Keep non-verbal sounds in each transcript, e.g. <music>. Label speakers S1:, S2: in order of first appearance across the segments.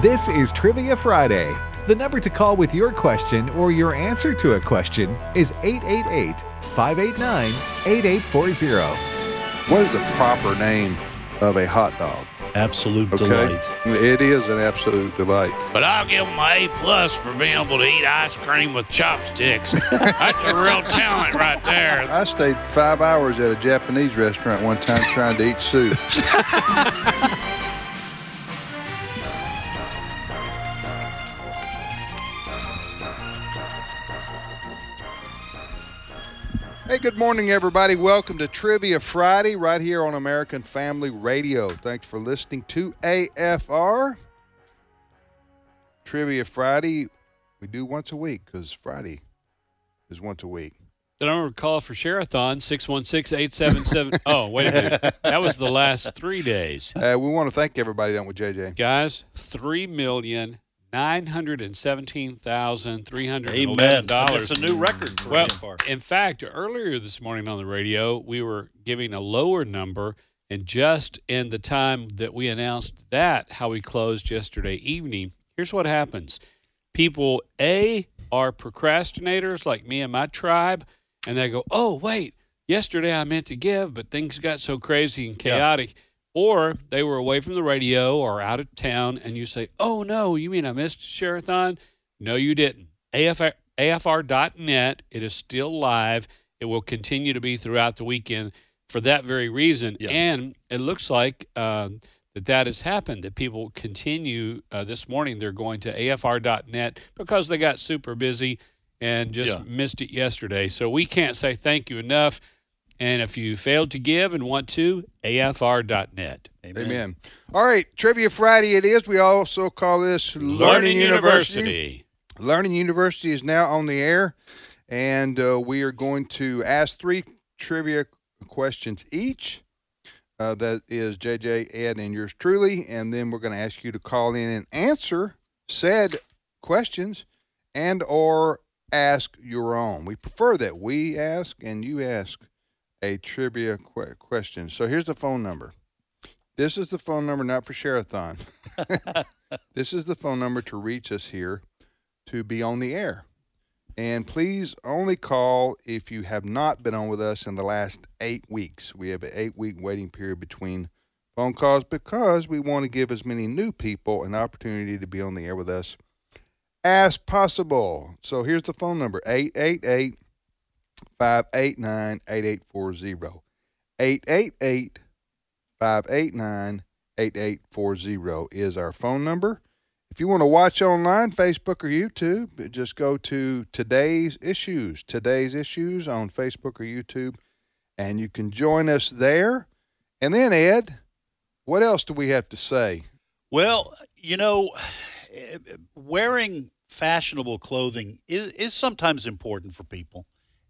S1: This is Trivia Friday. The number to call with your question or your answer to a question is 888 589 8840.
S2: What is the proper name of a hot dog?
S3: Absolute
S2: Okay.
S3: delight.
S2: It is an absolute delight.
S4: But I'll give him an A plus for being able to eat ice cream with chopsticks. That's a real talent right there.
S2: I stayed five hours at a Japanese restaurant one time trying to eat
S3: <laughs>
S2: soup. Hey, good morning, everybody. Welcome to Trivia Friday right here on American Family Radio. Thanks for listening to AFR. Trivia Friday, we do once a week because Friday is once a week.
S5: Then I remember call for Sherathon, 616-877. oh, wait a minute. That was the last three days.
S2: Uh, we want to thank everybody, don't we, JJ?
S5: Guys, three million nine hundred and seventeen thousand three hundred and
S3: Amen.
S5: eleven
S3: That's
S5: dollars.
S3: a new record for
S5: Well,
S3: AFR.
S5: in fact, earlier this morning on the radio, we were giving a lower number, and just in the time that we announced that, how we closed yesterday evening, here's what happens: people a are procrastinators like me and my tribe, and they go, "Oh wait, yesterday I meant to give, but things got so crazy and chaotic." Or they were away from the radio or out of town, and you say, Oh no, you mean I missed Sherathon? No, you didn't. AFR, AFR.net, it is still live. It will continue to be throughout the weekend for that very reason.
S3: Yeah.
S5: And it looks like um, that that has happened, that people continue uh, this morning. They're going to AFR.net because they got super busy and just
S3: Yeah.
S5: missed it yesterday. So we can't say thank you enough. And if you failed to give and want to, AFR.net.
S2: Amen. All right, Trivia Friday it is. We also call this Learning, Learning University is now on the air, and uh, we are going to ask three trivia questions each. Uh, that is JJ, Ed, and yours truly. And then we're going to ask you to call in and answer said questions and or ask your own. We prefer that we ask and you ask a trivia que- question. So here's the phone number. This is the phone number, not for Sherathon. <laughs> this is the phone number to reach us here to be on the air. And please only call if you have not been on with us in the last eight weeks. We have an eight week waiting period between phone calls because we want to give as many new people an opportunity to be on the air with us as possible. So here's the phone number 888 589 8840. 888 589 8840 is our phone number. If you want to watch online, Facebook or YouTube, just go to today's issues, today's issues on Facebook or YouTube, and you can join us there. And then, Ed, what else do we have to say?
S3: Well, you know, wearing fashionable clothing is, is sometimes important for people.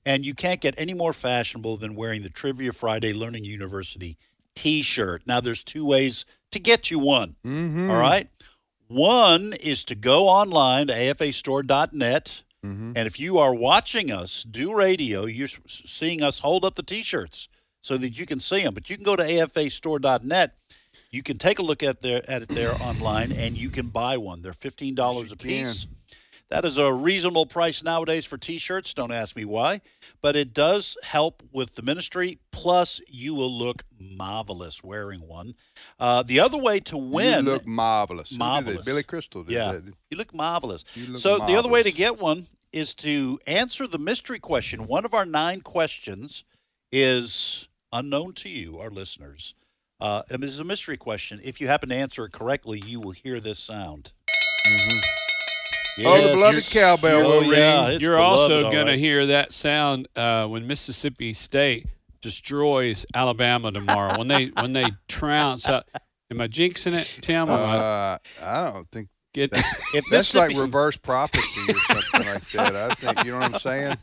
S3: And you can't get any more fashionable than wearing the Trivia Friday Learning University t shirt. Now, there's two ways to get you one.
S2: Mm-hmm.
S3: All right. One is to go online to afastore.net.
S2: Mm-hmm.
S3: And if you are watching us do radio, you're s- seeing us hold up the t shirts so that you can see them. But you can go to afastore.net. You can take a look at, their, at
S2: <clears throat>
S3: it there online and you can buy one. They're $15 a
S2: you
S3: piece. That is a reasonable price nowadays for t shirts. Don't ask me why. But it does help with the ministry. Plus, you will look marvelous wearing one. Uh, the other way to win.
S2: you look marvelous. Who did that?
S3: Marvelous.
S2: Billy Crystal did
S3: Yeah.
S2: that.
S3: You look marvelous.
S2: You look
S3: so the other way to
S2: marvelous.
S3: get one is to answer the mystery question. One of our nine questions is unknown to you, our listeners. Uh, and this is a mystery question. If you happen to answer it correctly, you will hear this sound.
S2: Mm-hmm. Oh, the
S3: Yes.
S2: beloved cowbell
S3: Oh,
S2: will ring.
S3: yeah, it's
S5: You're
S3: beloved,
S5: also
S3: all
S5: going to
S3: right.
S5: hear that sound uh, when Mississippi State destroys Alabama tomorrow. when they when they trounce. Uh, am I jinxing it, Tim? Am I
S2: Uh, I don't think
S5: get, <laughs>
S3: If
S2: that's like
S3: Mississippi-
S2: reverse prophecy or something like that. I think you know what I'm saying.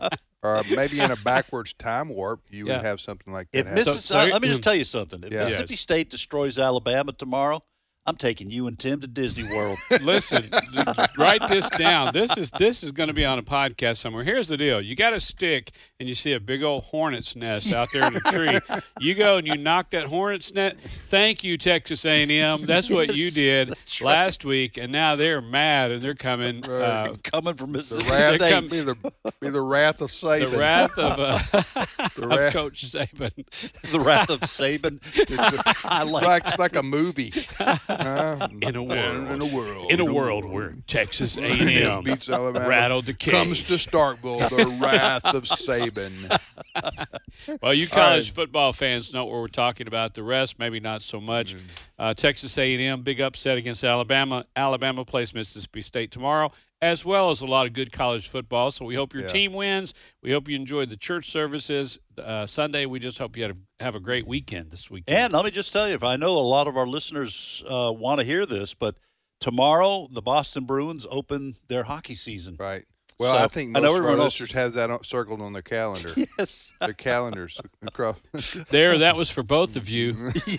S2: Or maybe in a
S5: <laughs>
S2: backwards time warp, you
S5: Yeah.
S2: would have something like that.
S3: If
S2: happen.
S3: Mississippi,
S5: So- mm. so-
S3: let me just tell you something. If
S2: Yeah.
S3: Mississippi
S5: Yes.
S3: State destroys Alabama tomorrow, I'm taking you and Tim to Disney World.
S5: <laughs> Listen, d-
S3: <laughs>
S5: d- write this down. This is this is going to be on a podcast somewhere. Here's the deal: you got a stick and you see a big old hornet's nest out there in a tree. You go and you knock that hornet's nest. Thank you, Texas A&M. That's what you did last week, and now they're mad and they're coming. Uh,
S3: coming from Mississippi
S2: Wrath,
S3: State.
S5: come-
S2: be, the, be the wrath of
S5: the
S2: Satan.
S5: wrath of,
S2: <laughs>
S5: uh, of
S2: wrath.
S5: Coach Saban.
S3: the wrath of
S2: <laughs>
S3: Saban. <laughs> I
S2: It's
S3: like
S2: like, it's like a
S5: <laughs>
S2: movie. Uh,
S4: In a world.
S2: In a world.
S4: In a world where Texas
S2: It
S4: A&M
S2: beats Alabama.
S4: rattled the cage.
S2: Comes to Starkville, the wrath of Saban. <laughs>
S5: Well, you college football fans know what we're talking about. The rest, maybe not so much. Uh, Texas A&M, big upset against Alabama. Alabama plays Mississippi State tomorrow, as well as a lot of good college football. So we hope your
S2: Yeah.
S5: team wins. We hope you enjoyed the church services uh, Sunday. We just hope you had a, have a great weekend this weekend.
S3: And let me just tell you, if I know a lot of our listeners uh, want to hear this, but tomorrow the Boston Bruins open their hockey season.
S2: Right. Well,
S3: So,
S2: I think
S3: I
S2: most
S3: know
S2: of our
S3: everyone else-
S2: listeners has that on, circled on their calendar.
S3: Yes.
S2: Their calendars across.
S5: there, that was for both of you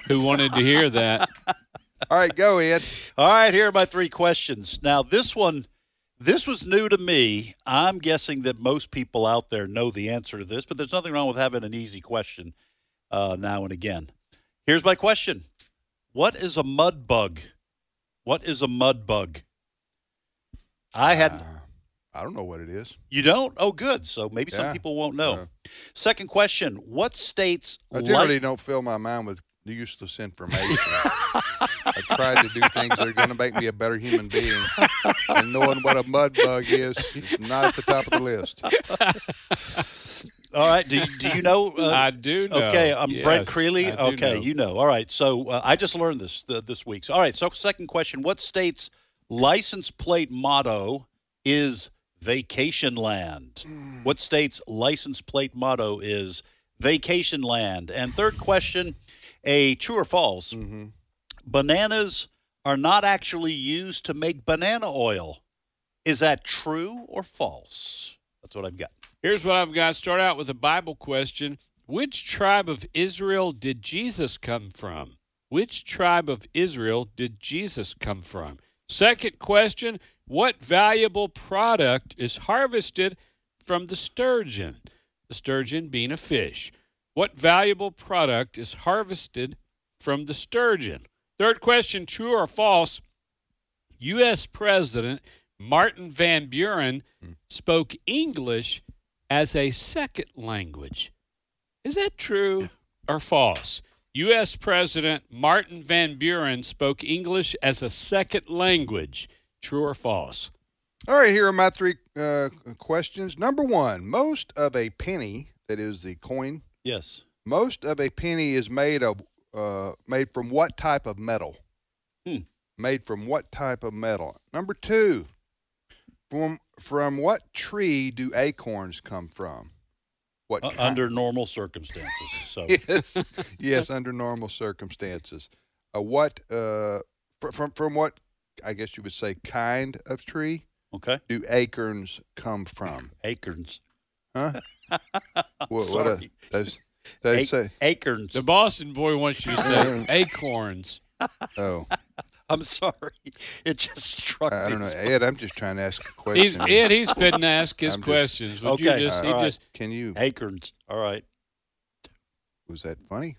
S5: who wanted to hear that.
S2: <laughs> All right, go Ed.
S3: All right, here are my three questions. Now, this one, this was new to me. I'm guessing that most people out there know the answer to this, but there's nothing wrong with having an easy question uh, now and again. Here's my question What is a mud bug? What is a mud bug? I had.
S2: Uh, I don't know <laughs> what it is.
S3: You don't? Oh, good. So maybe
S2: Yeah.
S3: some people won't know.
S2: Yeah.
S3: Second question: What states
S2: I
S3: like-
S2: generally don't fill my mind with useless information. I try to do things that are going to make me a better human being. And knowing what a mud bug is is not at the top of the list.
S3: All right. Do you, do
S5: <laughs>
S3: you know?
S5: I
S3: Uh,
S5: do know.
S3: okay, I'm
S5: Yes,
S3: Brett Creeley.
S5: I do
S3: Okay,
S5: know.
S3: you know. All right. So uh, I just learned this th- this week. So, all right. So second question: What state's license plate motto is Vacation Land? What state's license plate motto is Vacation Land? And third question: A true or false?
S5: Mm-hmm.
S2: hmm
S3: bananas are not actually used to make banana oil. Is that true or false? That's what I've got.
S5: Here's what I've got. Start out with a Bible question. Which tribe of Israel did Jesus come from? Which tribe of Israel did Jesus come from? Second question What valuable product is harvested from the sturgeon? The sturgeon being a fish. What valuable product is harvested from the sturgeon? Third question True or false? U.S. President Martin Van Buren
S2: Hmm.
S5: spoke English as a second language. Is
S2: <laughs>
S5: that true or false? U.S. President Martin Van Buren spoke English as a second language. True or false?
S2: <laughs> All right, here are my three uh, questions. Number one, most of a penny, that is the coin,
S3: Yes.
S2: most of a penny is made of uh, made from what type of metal?
S3: Hmm.
S2: Made from what type of metal? Number two, from from what tree do acorns come from? What
S3: Uh,
S2: ki-
S3: under normal circumstances. So
S2: <laughs> yes,
S3: <laughs>
S2: yes, under normal circumstances. Uh, what uh, fr- from from what I guess you would say kind of tree
S3: okay.
S2: do acorns come from?
S3: <laughs> Acorns. <laughs>
S2: Huh? what, what a,
S3: Sorry.
S2: those, they
S3: Ac-
S2: say,
S3: acorns.
S5: The Boston boy wants you to
S2: <laughs>
S5: say acorns.
S2: oh,
S3: <laughs> I'm sorry. It just struck
S2: I
S3: me.
S2: don't know. Ed, I'm just trying to ask a question.
S5: He's, Ed, he's fitting to ask his
S2: I'm just-
S5: questions. Would
S3: Okay,
S5: you just, he
S3: all right.
S5: just
S2: Can you?
S3: Acorns. All right.
S2: Was that
S3: <laughs>
S2: funny?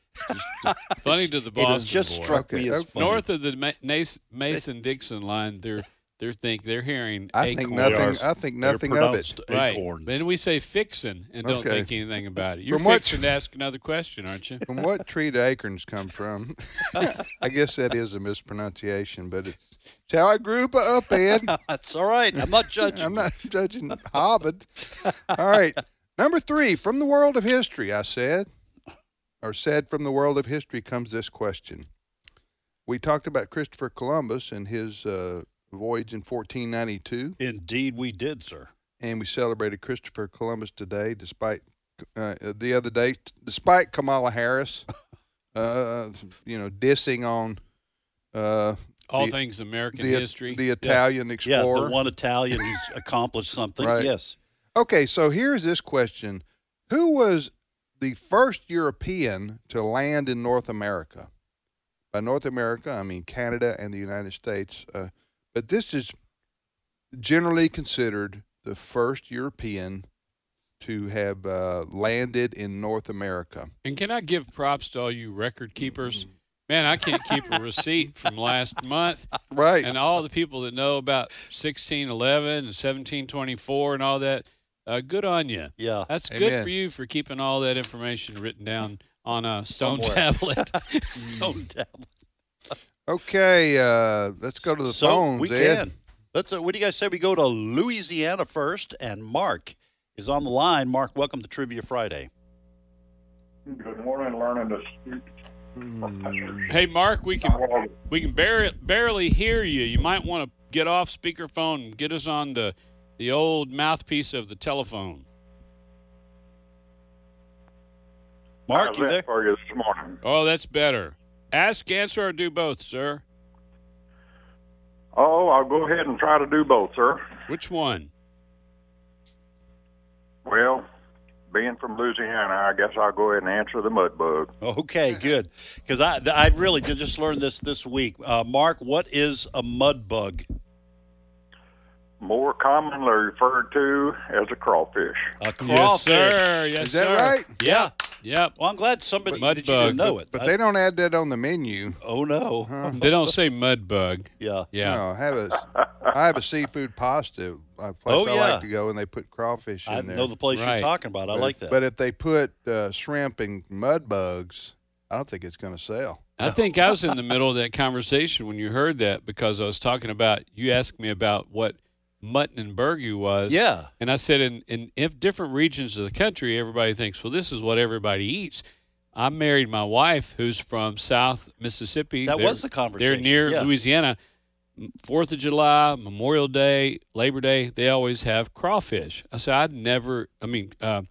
S5: funny to the
S3: It has
S5: Boston
S3: just
S5: boy.
S3: struck
S2: Okay,
S3: me as
S2: okay.
S3: funny.
S5: North of the Mason Dixon line, they're they're think they're hearing
S2: I
S5: acorns.
S2: think
S3: They
S2: nothing.
S3: are-
S2: I think
S3: They're
S2: nothing of it.
S3: pronounced
S5: Right.
S3: Acorns.
S5: Then we say fixin' and don't
S2: Okay.
S5: think anything about it. You're
S2: From what-
S5: fixing to ask another question, aren't you?
S2: From what tree do acorns come from? <laughs> I guess that is a mispronunciation, but it's, it's how I grew up, Ed.
S3: <laughs> That's all right. I'm not judging.
S2: I'm not judging Hobbit. All right. Number three, from the world of history, I said, or said from the world of history comes this question. We talked about Christopher Columbus and his uh, voyage in 1492,
S3: Indeed, we did, sir.
S2: and we celebrated Christopher Columbus today, despite uh, the other day, despite Kamala
S3: <laughs>
S2: Harris, uh, you know, dissing on uh,
S5: <laughs> All
S2: The-
S5: things American
S2: the,
S5: history.
S2: the Italian explorer.
S3: Yeah, the one Italian who's accomplished something.
S2: Right.
S3: Yes.
S2: Okay, so here's this question. Who was the first European to land in North America? By North America, I mean Canada and the United States. Uh, but this is generally considered the first European to have uh, landed in North America.
S5: And can I give props to all you record keepers? Man, I can't keep a receipt from last month.
S2: <laughs> Right.
S5: And all the people that know about 1611 and 1724 and all that, uh, good on you.
S3: Yeah.
S5: That's
S2: Amen.
S5: good for you for keeping all that information written down on a stone
S3: Somewhere. <laughs> Mm.
S5: tablet.
S3: Stone tablet.
S2: Okay, uh, let's go to the
S3: so
S2: phones.
S3: We
S2: Ed.
S3: can. Let's. Uh, what do you guys say we go to Louisiana first? And Mark is on the line. Mark, welcome to Trivia Friday.
S6: Good morning, learning to speak.
S5: Mm. hey, Mark, we can
S6: Well,
S5: we can barely, barely hear you. You might want to get off speakerphone and get us on the the old mouthpiece of the telephone.
S3: Mark,
S6: how's
S3: you
S6: that
S3: there?
S6: for you this morning?
S5: Oh, that's better. Ask, answer, or do both, sir.
S6: Oh, I'll go ahead and try to do both, sir.
S5: Which one?
S6: Well, being from Louisiana, I guess I'll go ahead and answer the mud bug.
S3: Okay, good. Because I th- I really did just learned this this week. Uh, Mark, what is a mud bug?
S6: More commonly referred to as a crawfish.
S3: A crawfish.
S5: Yes, sir. Yes,
S2: Is that
S5: sir.
S2: right?
S3: Yeah.
S5: Yep.
S3: Well, I'm glad somebody
S5: Mud
S3: that you didn't
S5: bug.
S3: know it.
S2: But
S3: I-
S2: they don't add that on the menu.
S3: oh no.
S5: They don't say mud bug.
S3: Yeah.
S5: Yeah.
S2: No, I have a, I have a seafood pasta a place
S3: Oh,
S2: I
S3: yeah.
S2: like to go, and they put crawfish in
S3: I
S2: there.
S3: know the place you're
S5: Right.
S3: talking about. I
S2: But
S3: like
S2: if-
S3: that.
S2: But if they put uh, shrimp and mud bugs, I don't think it's going to sell.
S5: I think I was in the middle of that conversation when you heard that because I was talking about you asked me about what mutton and burgoo was.
S3: yeah.
S5: And I said in, in if different regions of the country everybody thinks, well, this is what everybody eats. I married my wife who's from South Mississippi.
S3: That
S5: They're-
S3: was the conversation.
S5: They're near
S3: yeah.
S5: Louisiana. Fourth of July, Memorial Day, Labor Day, they always have crawfish. I said, I'd never, I mean, uh,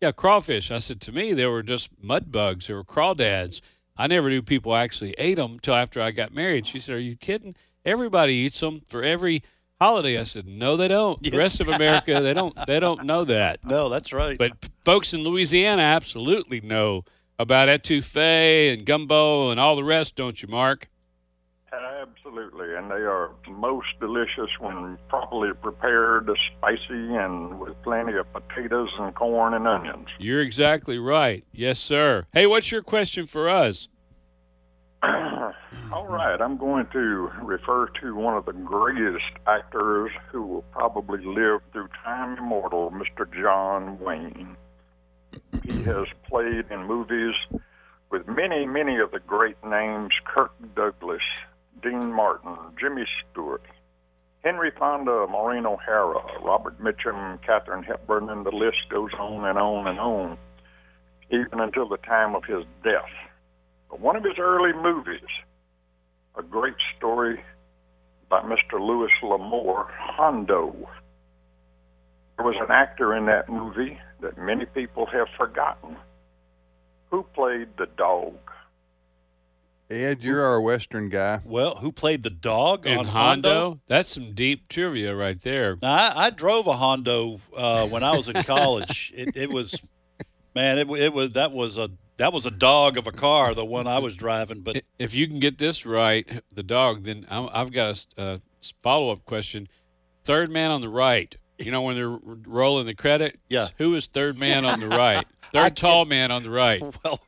S5: yeah, crawfish. I said, to me, they were just mud bugs. They were crawdads. I never knew people actually ate them till after I got married. She said, Are you kidding? Everybody eats them for every holiday. I said, No, they don't. The
S3: Yes.
S5: rest of America, they don't, they don't know that.
S3: <laughs> No, that's right.
S5: But p- folks in Louisiana absolutely know about etouffee and gumbo and all the rest, don't you, Mark?
S6: Absolutely, and they are most delicious when properly prepared, spicy, and with plenty of potatoes and corn and onions.
S5: You're exactly right. Yes, sir. Hey, what's your question for us?
S6: All right, I'm going to refer to one of the greatest actors who will probably live through time immortal, Mr. John Wayne. He has played in movies with many, many of the great names Kirk Douglas, Dean Martin, Jimmy Stewart, Henry Fonda, Maureen O'Hara, Robert Mitchum, Katharine Hepburn, and the list goes on and on and on, even until the time of his death one of his early movies, a great story by Mr. Louis L'Amour, Hondo. There was an actor in that movie that many people have forgotten who played the dog.
S2: Ed, you're our Western guy.
S3: well, who played the dog
S5: In
S3: on
S5: Hondo? That's some deep trivia right there.
S3: Now, I, I drove a Hondo uh, when I was in college. it, it was, man, it, wa- it was that was a that was a dog of a car, the one I was driving. But
S5: I- If you can get this right, the dog, then I'm, I've got a s- a follow up question. Third man on the right. You know, when they're r- rolling the credit?
S3: Yeah.
S5: Who is third man on the
S3: <laughs>
S5: right? Third tall man on the right.
S3: well,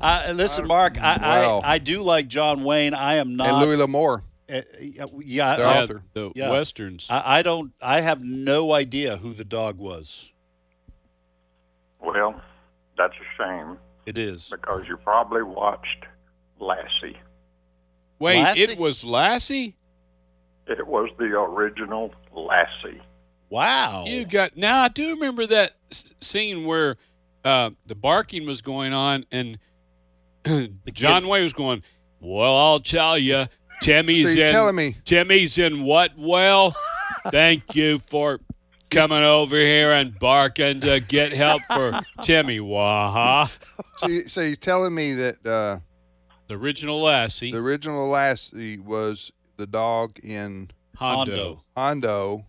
S3: I, uh, listen, Mark, I,
S2: Wow.
S3: I I do like John Wayne. I am not.
S2: and Louis L'Amour.
S3: uh, uh, yeah,
S2: They're
S3: I-
S2: all-
S5: Yeah,
S2: Author.
S5: the
S3: Yeah.
S5: Westerns.
S3: I, I don't. I have no idea who the dog was.
S6: Well, that's a shame
S3: It is.
S6: because you probably watched Lassie.
S5: Wait,
S3: Lassie?
S5: it was Lassie?
S6: It was the original Lassie.
S3: Wow.
S5: You got now. I do remember that s- scene where uh, the barking was going on, and <clears throat> John
S3: kid-
S5: Wayne was going, "Well, I'll tell you,
S2: <laughs>
S5: Timmy's
S2: So you're
S5: in
S2: telling me-
S5: Timmy's in what well? Thank you for coming over here and barking to get help for Timmy Waha,
S2: So, you, so you're telling me that uh,
S5: the original Lassie
S2: the original Lassie was the dog in
S5: Hondo.
S3: Hondo.
S2: Hondo,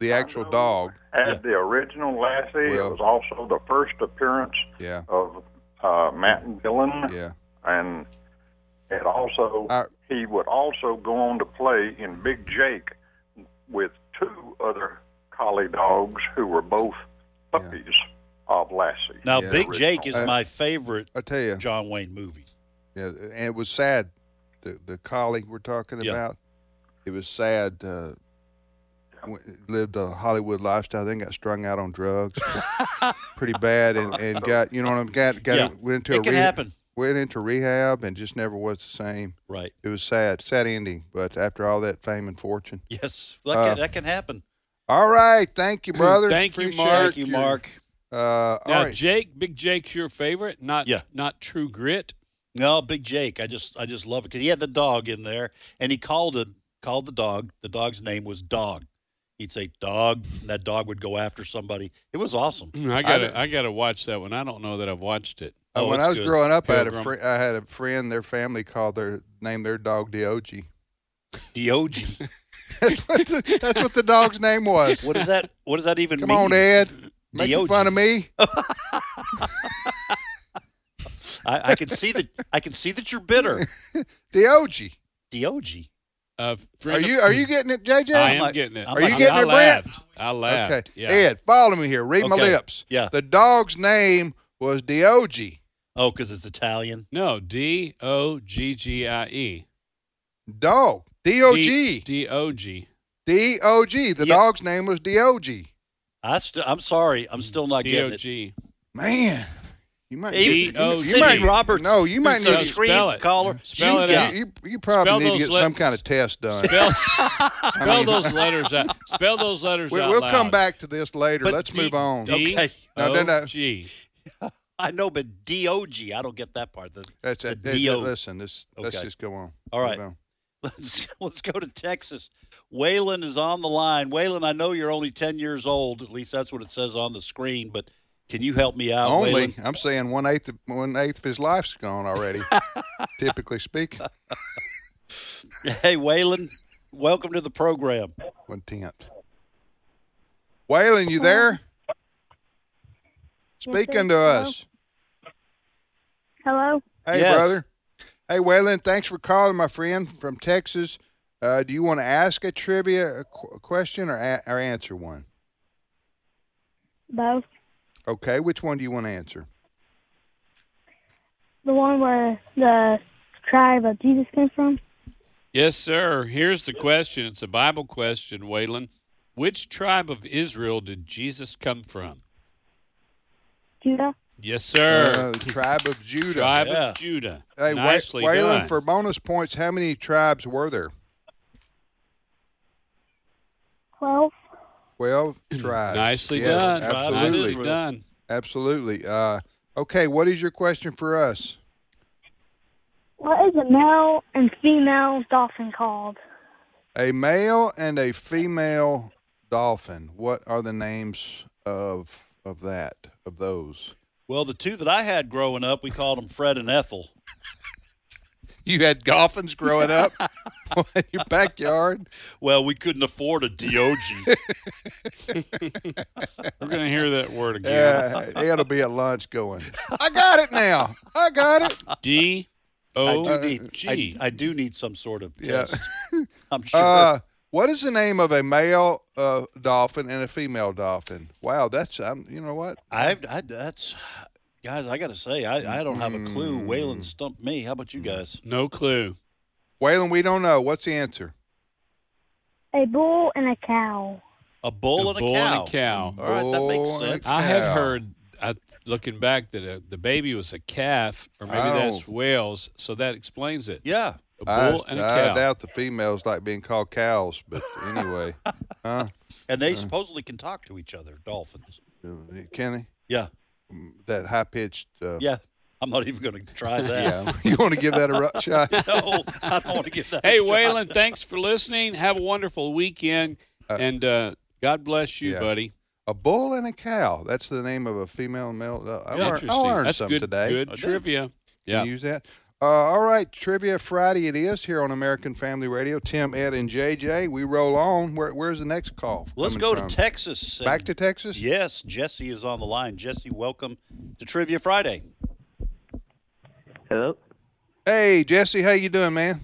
S2: the actual
S6: Hondo
S2: dog.
S6: As the original Lassie,
S2: Well-
S6: it was also the first appearance
S2: Yeah,
S6: of uh, Matt Dillon
S2: yeah.
S6: and And also,
S2: Uh,
S6: he would also go on to play in Big Jake with two other collie dogs who were both puppies of Lassie.
S3: Now,
S2: Yeah.
S3: Big Jake is
S2: Uh,
S3: my favorite
S2: I tell you,
S3: John Wayne movie.
S2: yeah, and it was sad. The the colleague we're talking
S3: Yeah.
S2: about, it was sad. Uh, w- lived a Hollywood lifestyle, then got strung out on drugs,
S3: <laughs>
S2: pretty bad, and, and got you know what I'm got got
S3: Yeah.
S2: went into
S3: It
S2: a
S3: can
S2: re-
S3: happen.
S2: went into rehab and just never was the same.
S3: Right.
S2: It was sad, sad ending. But after all that fame and fortune,
S3: Yes. That,
S2: Uh,
S3: can, that can happen.
S2: all right, thank you, brother.
S5: Thank you,
S2: Appreciate
S5: Mark.
S3: Thank you, Mark.
S2: Uh, all
S5: Now,
S2: right.
S5: Jake, Big Jake's your favorite, not
S3: Yeah.
S5: not True Grit.
S3: No, Big Jake. I just I just love it because he had the dog in there, and he called it called the dog. The dog's name was Dog. He'd say Dog, and that dog would go after somebody. It was awesome.
S5: Mm, I
S2: did-
S5: gotta I, gotta watch that one. I don't know that I've watched it.
S2: Uh,
S3: Oh,
S2: when
S3: it's
S2: I was
S3: good.
S2: growing up, I had a
S5: Pilgrim.
S2: fri I had a friend. Their family called their named their dog Diochi.
S3: Dog.
S2: <laughs> That's what the, that's what the dog's name was.
S3: What does that What does that even
S2: Come
S3: mean?
S2: on, Ed, making
S3: Diochi.
S2: fun of me.
S3: I, I can see that I can see that
S2: <laughs>
S3: you're bitter.
S2: Diochi,
S3: Dog.
S5: Uh,
S2: are
S5: friend of-
S2: you are you getting it, JJ?
S5: I
S3: I'm
S5: am
S3: like-
S5: getting it.
S3: I'm
S2: Are you
S5: I-
S2: getting
S5: I
S2: it, Brent?
S5: laughed. I laughed.
S2: okay,
S5: Yeah.
S2: Ed, follow me here. Read my
S3: Okay.
S2: lips.
S3: Yeah.
S2: The dog's name was Diochi.
S3: Oh, because it's Italian.
S5: No, D O G G I E.
S2: Dog. D O G.
S5: D O G.
S2: D O G. The
S3: Yeah.
S2: dog's name was Diochi.
S3: I st- I'm sorry. I'm still not
S5: D O
S3: getting it.
S5: G.
S2: Man, you might.
S3: Even
S2: you-
S5: D.O.G..
S2: you might-
S3: Sidney Roberts,
S2: No, you might
S3: who's
S5: So
S3: a
S2: need.
S5: screw spell
S3: screen
S5: it.
S3: caller.
S5: Spell
S3: she's
S5: it
S3: got-
S5: out.
S2: You, you probably
S5: Spell
S2: need to
S5: those
S2: get some
S5: lips.
S2: kind of test done. <laughs>
S5: Spell,
S2: I
S5: spell
S2: mean-
S5: those letters out. Spell those letters
S2: We,
S5: out.
S2: we'll
S5: loud.
S2: come back to this later.
S3: But
S2: Let's
S3: D-
S2: move on.
S5: D
S3: Okay.
S2: No, no, no.
S5: O G. <laughs>
S3: I know, but D-O-G. I don't get that part. The-
S2: That's it.
S3: the D.O.
S2: Listen, this, let's
S3: Okay.
S2: just go on.
S3: All
S2: Move
S3: right.
S2: on.
S3: <laughs> Let's, let's go to Texas. Waylon is on the line. Waylon, I know you're only 10 years old. At least that's what it says on the screen, but can you help me out,
S2: Only,
S3: Waylon?
S2: I'm saying one eighth, of, one eighth of his life's gone
S3: <laughs>
S2: already. typically speaking,
S3: Hey, Waylon, welcome to the program.
S2: one tenth. Waylon, you there? Speaking to
S7: Hello?
S2: us.
S7: Hello.
S2: Hey,
S3: Yes.
S2: brother. Hey, Waylon, thanks for calling, my friend from Texas. Uh, do you want to ask a trivia qu- question or, a- or answer one?
S7: Both.
S2: Okay, which one do you want to answer?
S7: The one where the tribe of Jesus came from.
S5: Yes, sir. Here's the question. It's a Bible question, Waylon. Which tribe of Israel did Jesus come from?
S7: Judah.
S5: Yes, sir.
S2: Uh, tribe of Judah.
S5: tribe
S3: Yeah.
S5: of Judah.
S2: Hey, Wa-
S5: Nicely
S2: Waylon,
S5: done.
S2: for bonus points, how many tribes were there?
S7: Twelve.
S2: Well,
S5: <clears throat>
S2: tribes.
S5: Nicely
S2: Yeah,
S5: done.
S2: Absolutely.
S5: Nicely done.
S2: Absolutely. Uh, okay, what is your question for us?
S7: What is a male and female dolphin called?
S2: A male and a female dolphin. What are the names of of that of those?
S3: Well, the two that I had growing up, we called them Fred and Ethel.
S2: You had dolphins growing
S3: <laughs>
S2: up <laughs> in your backyard.
S3: Well, we couldn't afford a D-O-G.
S5: <laughs> We're going to hear that word again.
S2: Yeah, it'll be at lunch going. I got it now. I got
S5: <laughs>
S2: it.
S5: D O
S3: I do need,
S5: G.
S3: I, I do need some sort of
S2: Yeah. <laughs>
S3: test. I'm sure.
S2: Uh, what is the name of a male uh, dolphin and a female dolphin? Wow, that's um, you know what?
S3: I, I that's guys. I gotta say, I, I don't have a clue.
S2: Mm.
S3: Waylon stumped me. How about you guys?
S5: No clue.
S2: Waylon, we don't know. What's the answer?
S7: A bull and a cow.
S3: A bull, and, a
S5: bull
S3: cow.
S5: and a cow.
S3: All right, that
S2: Bull
S3: makes
S2: and a
S3: sense.
S5: I
S2: Cow.
S5: had heard, I, looking back, that uh the baby was a calf, or maybe
S2: Oh.
S5: that's whales, so that explains it.
S3: Yeah,
S5: A bull
S2: I,
S5: and a
S2: I
S5: cow.
S2: doubt the females like being called cows, but
S5: <laughs>
S2: anyway, huh?
S3: and
S2: Uh.
S3: they supposedly can talk to each other. Dolphins.
S2: Kenny, Mm,
S3: Yeah,
S2: that high pitched. Uh,
S3: yeah. I'm not even gonna
S2: <laughs>
S3: try that.
S2: yeah. you want to give that a
S3: <laughs>
S2: rough shot?
S3: No, I don't want to get that.
S5: Hey, Waylon, thanks for listening. Have a wonderful weekend, and uh, God bless you,
S2: yeah.
S5: buddy.
S2: A bull and a cow. That's the name of a female and male. Uh, I learned- I
S5: Interesting.
S2: learned
S5: That's
S2: some
S5: good,
S2: today.
S5: good
S3: I did.
S5: trivia.
S2: Can
S5: Yeah.
S2: you use that. Uh, all right, Trivia Friday it is here on American Family Radio. Tim, Ed, and JJ. We roll on. Where, where's the next call?
S3: Let's
S2: coming
S3: go
S2: from?
S3: to Texas. and-
S2: Back to Texas.
S3: Yes, Jesse is on the line. Jesse, welcome to Trivia Friday.
S8: Hello.
S2: Hey, Jesse, how you doing, man?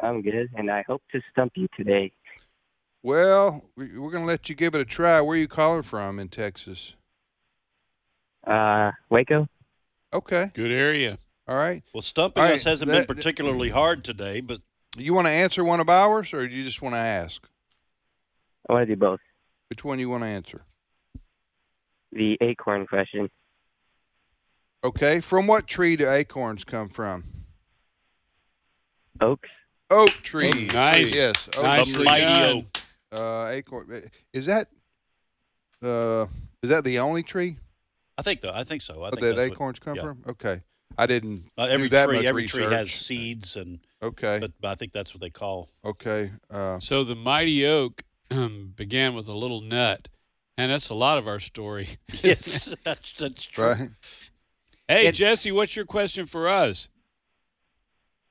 S8: I'm good, and I hope to stump you today.
S2: Well, we- we're going to let you give it a try. Where are you calling from in Texas?
S8: Uh, Waco?
S2: Okay.
S5: Good area.
S2: All right.
S3: Well, stumping
S2: All right,
S3: us hasn't
S2: that-
S3: been particularly hard today, but
S2: You want to answer one of ours or you just want to ask?
S8: I want to do both.
S2: Which one you want to answer?
S8: The acorn question.
S2: Okay. From what tree do acorns come from?
S8: Oaks?
S2: Oak tree.
S5: Oh, nice.
S2: Yes. Oak
S5: Nicely
S3: a
S2: tree.
S3: mighty
S5: done.
S3: oak.
S2: Uh, acorn. Is that uh, is that the only tree
S3: I think though. I think so. I think
S2: Oh, that
S3: that's what-
S2: acorns come
S3: yeah.
S2: from? Okay. I didn't.
S3: uh,
S2: do
S3: every
S2: that
S3: tree,
S2: much
S3: every tree has
S2: research.
S3: seeds, and
S2: Okay.
S3: but, but I think that's what they call.
S2: okay. Uh,
S5: So the mighty oak um, began with a little nut, and that's a lot of our story. <laughs>
S3: <laughs> Yes, that's that's true.
S2: right.
S5: Hey,
S3: And-
S5: Jesse, what's your question for us?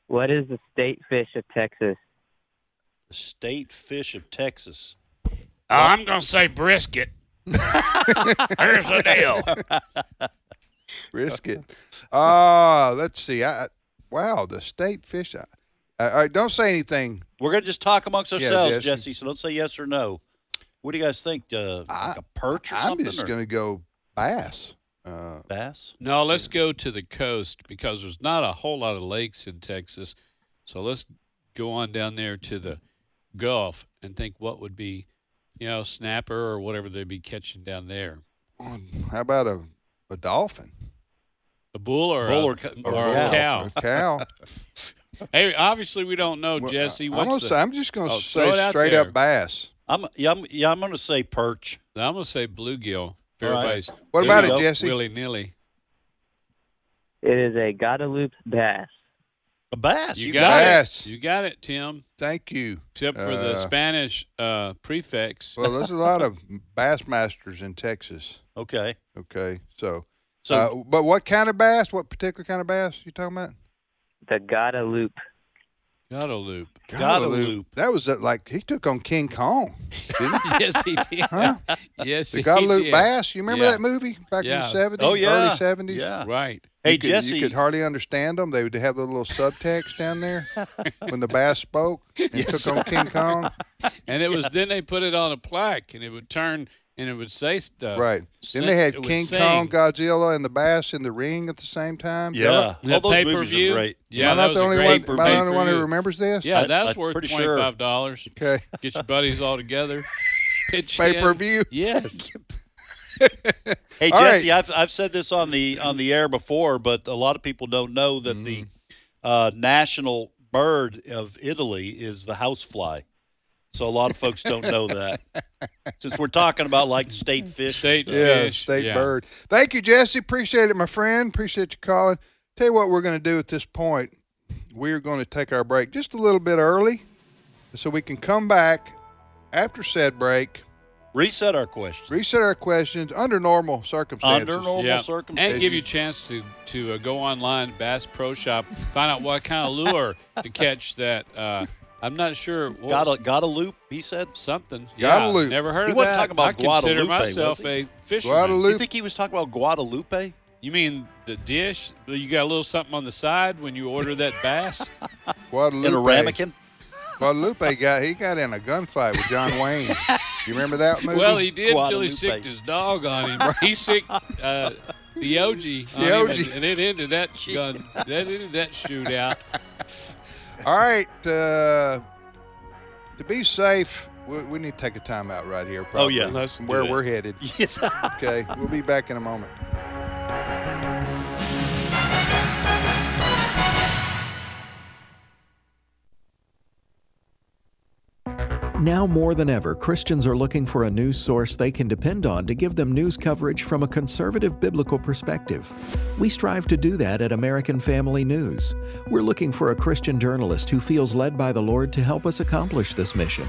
S8: What is the state fish of Texas?
S3: The state fish of Texas.
S4: Oh, I'm going to say
S3: <laughs>
S4: brisket.
S2: <laughs>
S4: Here's the deal.
S2: Risk it. Uh, let's see. I, I- wow, the state fish. I, I, I- don't say anything.
S3: We're gonna just talk amongst
S2: Yeah,
S3: ourselves,
S2: Jesse.
S3: Jesse. So don't say yes or no. What do you guys think? Uh, like a perch or
S2: I'm
S3: something?
S2: just
S3: or
S2: going to go bass. Uh,
S3: bass.
S5: No, let's go to the coast because there's not a whole lot of lakes in Texas. So let's go on down there to the Gulf and think what would be, you know, snapper or whatever they'd be catching down there.
S2: how about a, a dolphin?
S5: A bull or
S3: Bull
S5: a,
S3: or co-
S5: or
S3: or
S5: a cow.
S2: A cow.
S5: <laughs> hey, obviously we don't know,
S2: Well,
S5: Jesse.
S2: I'm, gonna
S5: What's
S2: say,
S5: the,
S2: I'm just going to
S5: Oh, throw it
S2: say
S5: out
S2: straight
S5: there.
S2: up bass.
S3: I'm yeah, I'm yeah, I'm gonna say perch.
S5: I'm gonna say bluegill. Fair
S3: All right.
S5: base.
S2: What
S3: There
S2: about
S3: you
S2: it,
S3: go.
S2: Jesse?
S5: Willy nilly.
S8: It is a Guadalupe bass.
S3: A bass.
S5: You,
S2: got
S5: got
S2: it.
S5: it. You got it, Tim.
S2: Thank you.
S5: Except for the
S2: Uh,
S5: Spanish uh, prefix.
S2: Well, there's a lot
S5: <laughs>
S2: of bass masters in Texas.
S3: Okay.
S2: Okay, so,
S3: So
S2: uh, but what kind of bass? What particular kind of bass you talking about?
S8: The Guadalupe.
S5: Gotta loop.
S3: Guadalupe.
S2: That was uh, like he took on King Kong. Didn't
S3: <laughs>
S2: he?
S5: <laughs> yes, he did.
S2: Huh?
S5: <laughs> Yes,
S2: The
S5: he
S2: Guadalupe
S5: did.
S2: Bass. You remember
S5: Yeah.
S2: that movie back
S5: Yeah.
S2: in the 70s,
S3: Oh, yeah.
S2: early 70s?
S3: Yeah.
S5: Right.
S3: hey
S2: you could,
S3: Jesse.
S2: You could hardly understand them. They would have the little subtext down
S3: <laughs>
S2: there when the bass spoke and took on King Kong.
S5: And it was then they put it on a plaque and it would turn and it would say stuff.
S2: Right.
S5: Sing-
S2: Then they
S5: Uh, it
S2: had
S5: would
S2: King
S5: sing.
S2: Kong, Godzilla, and the bass in the ring at the same time.
S3: yeah.
S5: The
S3: All those movies
S5: pay-per-view?
S3: are great.
S5: Yeah,
S2: am
S5: that
S2: I not
S5: was
S2: the
S5: a
S2: only
S5: great
S2: one? Am I the only one who
S5: pay-per-view.
S2: remembers this?
S5: Yeah,
S3: I-
S5: that's
S3: I'm
S5: worth
S3: pretty
S5: twenty
S3: sure.
S5: five dollars. <laughs>
S2: Okay.
S5: Get your buddies
S2: <laughs>
S5: all together. Pitch in.
S2: Pay per view. <laughs>
S5: Yes.
S3: Hey
S2: All
S3: Jesse, I've I've said this on the on the air before, but a lot of people don't know that the
S2: Mm-hmm.
S3: uh, national bird of Italy is the housefly. So a lot of folks don't know that.
S2: <laughs>
S3: Since we're talking about like state fish,
S5: State-
S3: state.
S2: Yeah,
S5: Fish,
S2: state
S5: yeah.
S2: bird. Thank you, Jesse. Appreciate it, my friend. Appreciate you calling. Tell you what we're going to do at this point. We're going to take our break just a little bit early so we can come back after said break,
S3: reset our question
S2: reset our questions under normal circumstances.
S3: under normal
S5: Yeah.
S3: circumstances.
S5: And give you a chance to to uh, go online Bass Pro Shop, find out what kind of
S3: <laughs>
S5: lure to catch that. Uh, I'm not sure. What
S3: got
S5: was-
S3: a got a loop. He said.
S5: something.
S2: Gotta
S5: yeah,
S2: loop.
S5: Never heard
S3: He
S5: of
S3: wasn't
S5: that.
S3: talking about
S5: I consider
S3: Guadalupe, was
S5: myself
S3: he?
S5: a fisherman.
S3: You
S2: Guadalupe.
S3: think he was talking about Guadalupe?
S5: You mean the dish? You got a little something on the side when you order that bass?
S2: <laughs> Guadalupe.
S3: In a ramekin?
S2: Guadalupe got he got in a gunfight with John Wayne. you remember
S3: <laughs>
S2: that movie?
S5: well, he did until he
S3: Guadalupe.
S5: sicked his dog on
S3: <laughs>
S5: him. He
S2: <laughs>
S5: sicked uh, the OG on him,
S2: Yogi.
S5: and, and it ended that gun. That ended that shootout.
S2: All right. Uh, to be safe, we, we need to take a timeout right here. Probably,
S3: Oh, yeah. Let's
S2: from where
S3: do it.
S2: we're headed.
S3: <laughs> Yes.
S2: Okay, we'll be back in a moment.
S9: Now more than ever, Christians are looking for a news source they can depend on to give them news coverage from a conservative biblical perspective. We strive to do that at American Family News. We're looking for a Christian journalist who feels led by the Lord to help us accomplish this mission.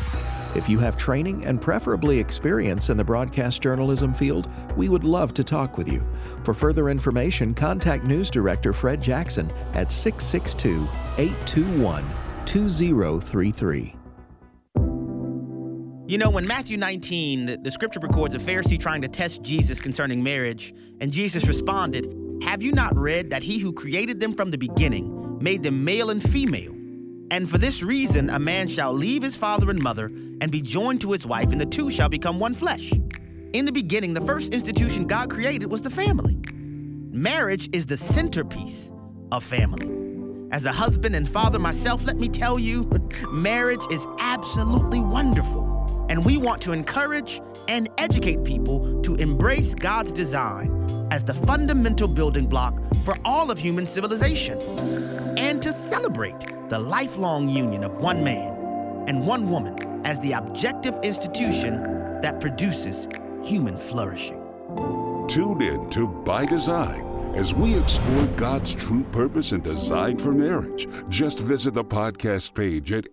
S9: If you have training and preferably experience in the broadcast journalism field, we would love to talk with you. For further information, contact News Director Fred Jackson at 662 821 2033.
S10: You know, in Matthew 19, the, the scripture records a Pharisee trying to test Jesus concerning marriage, and Jesus responded, Have you not read that he who created them from the beginning made them male and female? And for this reason, a man shall leave his father and mother and be joined to his wife, and the two shall become one flesh. In the beginning, the first institution God created was the family. Marriage is the centerpiece of family. As a husband and father myself, let me tell you, <laughs> marriage is absolutely wonderful. And we want to encourage and educate people to embrace God's design as the fundamental building block for all of human civilization and to celebrate the lifelong union of one man and one woman as the objective institution that produces human flourishing.
S11: Tune in to By Design as we explore God's true purpose and design for marriage. Just visit the podcast page at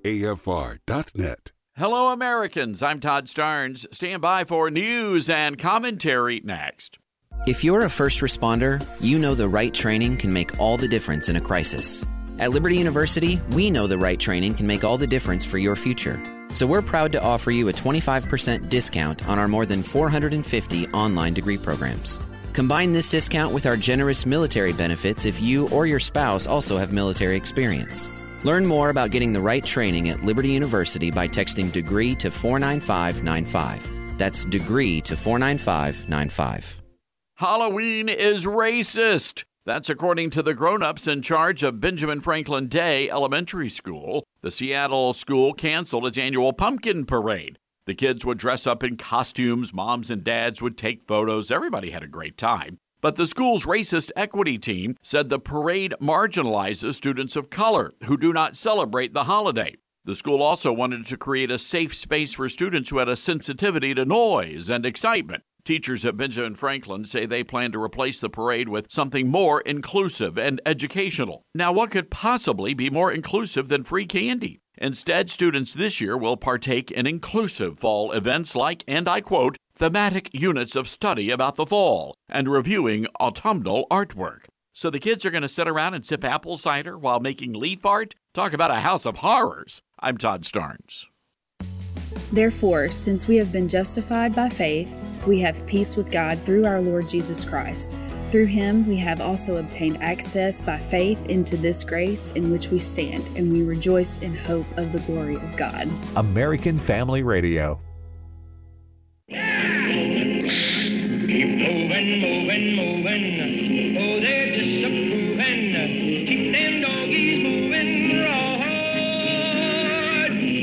S11: afr.net.
S12: Hello, Americans. I'm Todd Starnes. Stand by for news and commentary next.
S13: If you're a first responder, you know the right training can make all the difference in a crisis. At Liberty University, we know the right training can make all the difference for your future. So we're proud to offer you a 25% discount on our more than 450 online degree programs. Combine this discount with our generous military benefits if you or your spouse also have military experience. Learn more about getting the right training at Liberty University by texting degree to 49595. That's degree to 49595.
S12: Halloween is racist. That's according to the grown ups in charge of Benjamin Franklin Day Elementary School. The Seattle school canceled its annual pumpkin parade. The kids would dress up in costumes, moms and dads would take photos, everybody had a great time. But the school's racist equity team said the parade marginalizes students of color who do not celebrate the holiday. The school also wanted to create a safe space for students who had a sensitivity to noise and excitement. Teachers at Benjamin Franklin say they plan to replace the parade with something more inclusive and educational. Now, what could possibly be more inclusive than free candy? Instead, students this year will partake in inclusive fall events like, and I quote, thematic units of study about the fall and reviewing autumnal artwork. So the kids are going to sit around and sip apple cider while making leaf art? Talk about a house of horrors. I'm Todd Starnes.
S14: Therefore, since we have been justified by faith, we have peace with God through our Lord Jesus Christ. Through him, we have also obtained access by faith into this grace in which we stand, and we rejoice in hope of the glory of God.
S1: American Family Radio.
S15: Keep moving, moving, moving. Oh, they're disapproving. Keep them doggies moving right.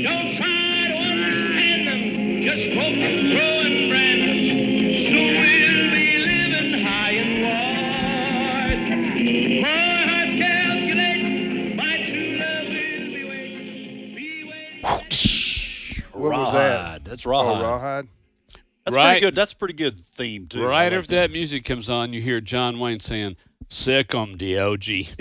S15: Don't try to understand them. Just smoke, throw, and brand them. Soon we'll be living high and wide. My heart's calculating. My true love will be waiting.
S2: What was that?
S3: Rawhide. That's rawhide.
S2: Oh, rawhide.
S3: That's
S5: Right.
S3: pretty good. That's a pretty good theme too. I
S5: Right
S3: like
S5: after that music comes on, you hear John Wayne saying, Sick
S2: <laughs>
S5: 'em, Dog.
S3: I,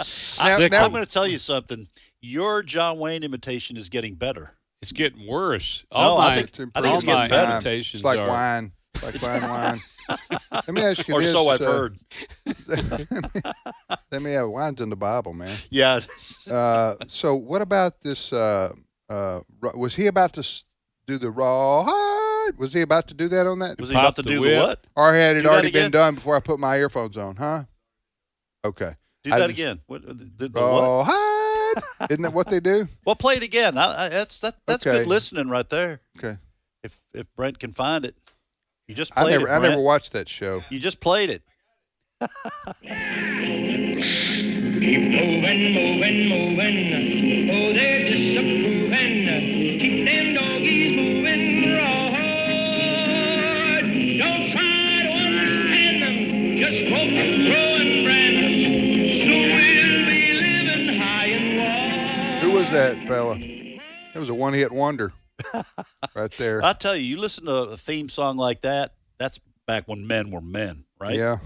S5: Sick 'em.
S3: am going to tell you something. Your John Wayne imitation is getting better.
S5: It's getting worse.
S3: No,
S5: All my,
S3: I think- Oh, I think
S5: all
S3: it's getting
S5: my
S3: better.
S5: imitations
S2: It's like
S5: are.
S2: wine. It's like
S3: <laughs>
S2: fine wine. Let me ask you
S3: Or
S2: this.
S3: so I've
S2: uh, <laughs>
S3: heard.
S2: Let me have wine's in the Bible, man.
S3: Yeah. it is.
S2: <laughs> Uh, so what about this? Uh, uh, ra- was he about to s- do the raw? Was he about to do that on that?
S3: Was he about
S5: Pop
S3: to
S5: the
S3: do
S5: whip.
S3: the what?
S2: Or had it
S3: Do that
S2: already been
S3: again?
S2: done before I put my earphones on? Huh? Okay.
S3: Do
S2: I
S3: that
S2: just-
S3: again. What, did the what?
S2: Raw Isn't that what they
S3: <laughs>
S2: do?
S3: Well, play it again. I, I, that's that, that's
S2: Okay.
S3: good listening right there.
S2: Okay.
S3: If if Brent can find it, you just
S2: I
S3: played
S2: never,
S3: it.
S2: I never
S3: Brent.
S2: watched that show.
S3: You just played it.
S15: Keep moving, moving, moving. Oh, they're disapproving. Keep them doggies moving right. Don't try to understand them. Just smoke, throw, and brand them. Soon we'll be living high and wide.
S2: Who was that fella? That was a one-hit
S5: <laughs>
S2: wonder, right there.
S3: I tell you, you listen to a theme song like that. That's back when men were men, right? <laughs>
S2: Yeah.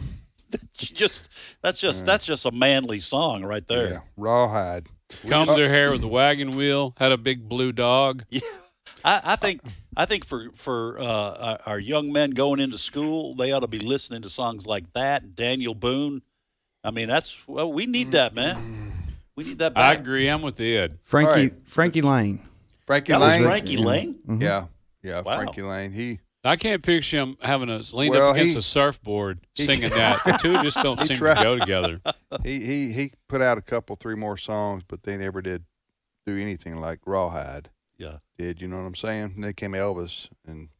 S3: You just that's just that's just a manly song right
S2: Yeah.
S3: there.
S2: Rawhide.
S5: Combs their hair with a wagon wheel, had a big blue dog.
S3: I, I think I think for for uh, our- our young men going into school, they ought to be listening to songs like that. Daniel Boone. I mean, that's well, we need that, man. We need that.
S5: I
S3: Back.
S5: agree. I'm with Ed.
S2: All
S16: Frankie
S2: right.
S16: Frankie Lane.
S2: Frankie
S3: That was
S2: Lane.
S7: Mm-hmm.
S3: Frankie Lane.
S16: Mhm.
S2: Yeah. Yeah.
S3: Wow.
S2: Uh, Frankie Lane. He
S5: I can't picture him having a leaned
S2: Well,
S5: up against
S2: he-
S5: a surfboard
S2: he- <laughs>
S5: singing that. The two just don't
S2: He
S5: seem
S2: tried-
S5: to go together.
S2: <laughs> He he he put out a couple, three more songs, but they never did do anything like Rawhide.
S3: Yeah.
S2: Did you know what I'm saying? And they came Elvis
S5: <laughs>
S2: and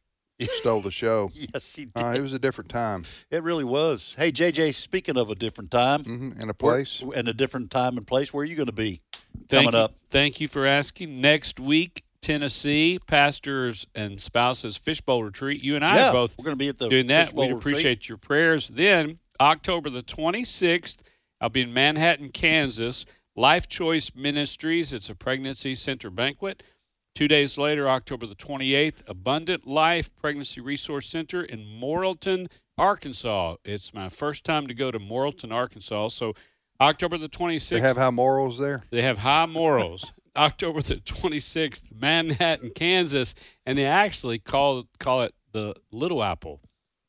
S2: stole the show.
S3: yes, he did.
S2: Uh, it was a different time.
S3: It really was. Hey, JJ, speaking of a different time
S2: and a
S3: place, and a different time and place, where are you going to be
S5: Thank
S3: coming
S5: you,
S3: up?
S5: Thank you for asking. Next week, Tennessee pastors and spouses fishbowl retreat. You and I
S3: Yeah,
S5: are both
S3: we're gonna be at the
S5: doing that.
S3: fishbowl
S5: We appreciate your prayers. Then October the twenty sixth, I'll be in Manhattan, Kansas. Life Choice Ministries. It's a pregnancy center banquet. Two days later, October the 28th, Abundant Life Pregnancy Resource Center in Morrilton, Arkansas. It's my first time to go to Morrilton, Arkansas. So, October the 26th.
S2: They have high morals there.
S5: They have high morals. October the 26th, Manhattan, Kansas, and they actually call call it the Little Apple.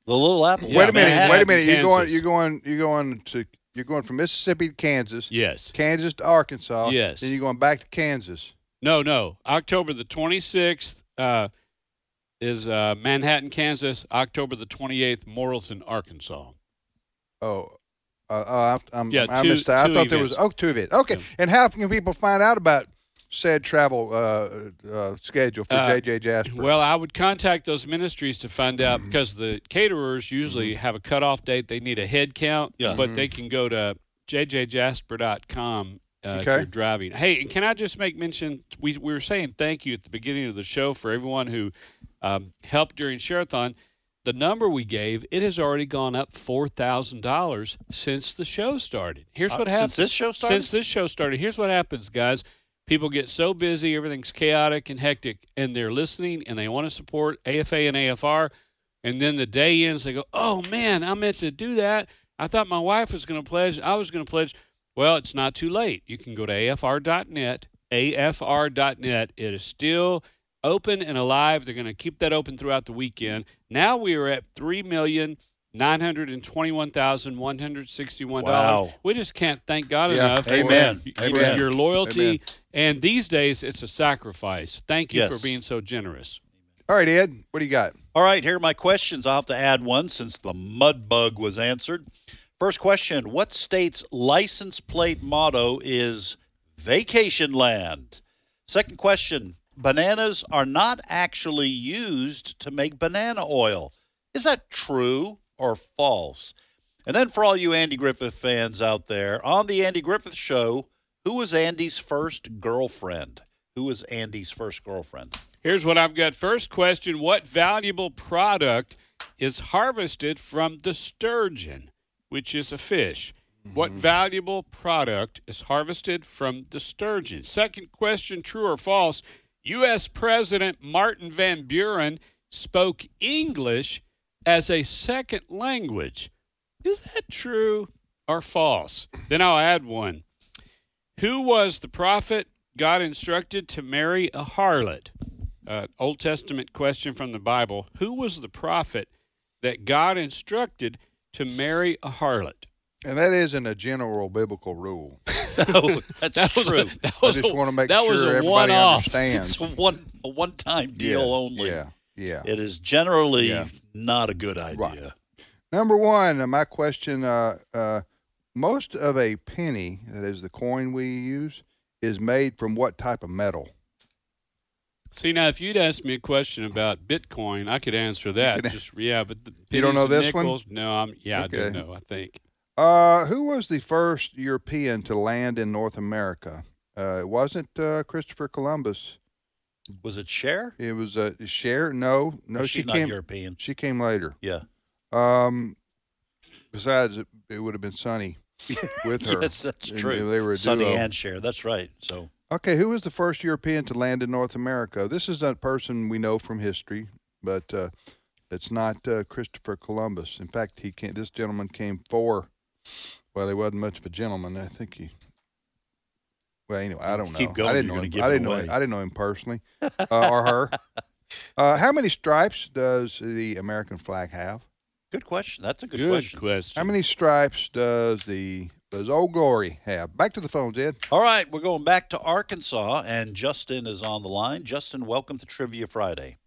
S3: The Little Apple.
S2: wait a minute. Wait a minute. You're going. You're going. You're going to. You're going from Mississippi to Kansas.
S5: Yes.
S2: Kansas to Arkansas.
S5: Yes.
S2: Then you're going back to Kansas.
S5: No, no. October the 26th uh, is uh, Manhattan, Kansas. October the 28th, Morrilton, Arkansas.
S2: Oh. Uh, oh, I, I'm,
S5: Yeah,
S2: I
S5: two-
S2: missed that. I
S5: two
S2: thought there was
S5: events.
S2: oh, two of it. Okay, and how can people find out about said travel uh, uh, schedule for
S5: Uh,
S2: JJ Jasper?
S5: Well, I would contact those ministries to find out
S3: Mm-hmm.
S5: because the caterers usually have a cutoff date. They need a head count,
S3: Yeah.
S5: but
S3: Mhm.
S5: they can go to jjjasper.com uh, if
S3: Okay.
S5: you're driving. Hey, and can I just make mention? We, we were saying thank you at the beginning of the show for everyone who um, helped during Sherathon. The number we gave, it has already gone up four thousand dollars since the show started. Here's
S3: Uh,
S5: what
S3: since
S5: happens
S3: this show started?
S5: Since this show started, here's what happens, guys. People get so busy, everything's chaotic and hectic, and they're listening and they want to support AFA and AFR. And then the day ends, they go, "Oh man, I meant to do that. I thought my wife was going to pledge. I was going to pledge." Well, it's not too late. You can go to afr.net. afr.net. It is still open and alive. They're going to keep that open throughout the weekend. Now we are at three million nine hundred and twenty-one thousand one hundred sixty-one dollars.
S3: Wow.
S5: We just can't thank God
S3: Yeah.
S5: enough.
S3: Amen.
S5: For, y-
S3: Amen.
S5: for your loyalty,
S3: Amen.
S5: and these days it's a sacrifice. Thank you
S3: Yes.
S5: for being so generous.
S2: All right, Ed, what do you got?
S3: All right, here are my questions. I'll have to add one since the mud bug was answered. First question What state's license plate motto is vacation land? Second question Bananas are not actually used to make banana oil. Is that true or false? And then for all you Andy Griffith fans out there, on The Andy Griffith Show, who was Andy's first girlfriend? Who was Andy's first girlfriend?
S5: Here's what I've got. First question What valuable product is harvested from the sturgeon, which is a fish? What valuable product is harvested from the sturgeon? Second question True or false? U.S. President Martin Van Buren spoke English as a second language. Is that true or false? Then I'll add one. Who was the prophet God instructed to marry a harlot? Uh, Old Testament question from the Bible. Who was the prophet that God instructed to marry a harlot?
S2: And that isn't a general biblical
S5: <laughs>
S2: rule.
S3: That's
S5: That was a-
S3: true.
S5: that was
S2: I just
S5: a-
S2: want to make
S5: that
S2: sure
S5: was a
S2: everybody
S5: one-off.
S2: understands.
S3: It's a one a one time deal
S2: Yeah,
S3: only.
S2: yeah, yeah.
S3: It is generally
S2: Yeah.
S3: not a good idea.
S2: Number one, uh, my question: uh, uh, Most of a penny, that is the coin we use, is made from what type of metal?
S5: See, now, if you'd asked me a question about Bitcoin, I could answer that. Just yeah, but the
S2: You don't
S5: pennies
S2: know
S5: and
S2: this one?
S5: nickels- No, I'm yeah, I do
S2: Okay.
S5: know. I think
S2: Uh, who was the first European to land in North America? Uh, it wasn't uh, Christopher Columbus.
S3: Was it Cher?
S2: It was a uh, Cher. No, no,
S3: Well,
S2: she
S3: she's not
S2: came
S3: European.
S2: She came later.
S3: Yeah.
S2: Um. Besides, it, it would have been
S3: <laughs>
S2: Sonny with her.
S3: yes, that's
S2: And
S3: true.
S2: They were a
S3: Sonny
S2: duo.
S3: and Cher. That's right. So
S2: Okay, who was the first European to land in North America? This is a person we know from history, but uh, it's not uh, Christopher Columbus. In fact, he came, this gentleman came for, well, he wasn't much of a gentleman. I think he, well, anyway, I don't know.
S3: Keep going,
S2: I didn't
S3: you're
S2: know
S3: gonna
S2: him.
S3: give
S2: I
S3: it
S2: didn't know.
S3: away.
S2: I didn't know him personally uh, or
S3: <laughs>
S2: her. Uh, how many stripes does the American flag have?
S3: good question. That's a good,
S5: Good
S3: question.
S5: question.
S2: How many stripes does the does Old Glory have? Back to the phones, Ed.
S3: All right, we're going back to Arkansas, and Justin is on the line. Justin, welcome to Trivia Friday.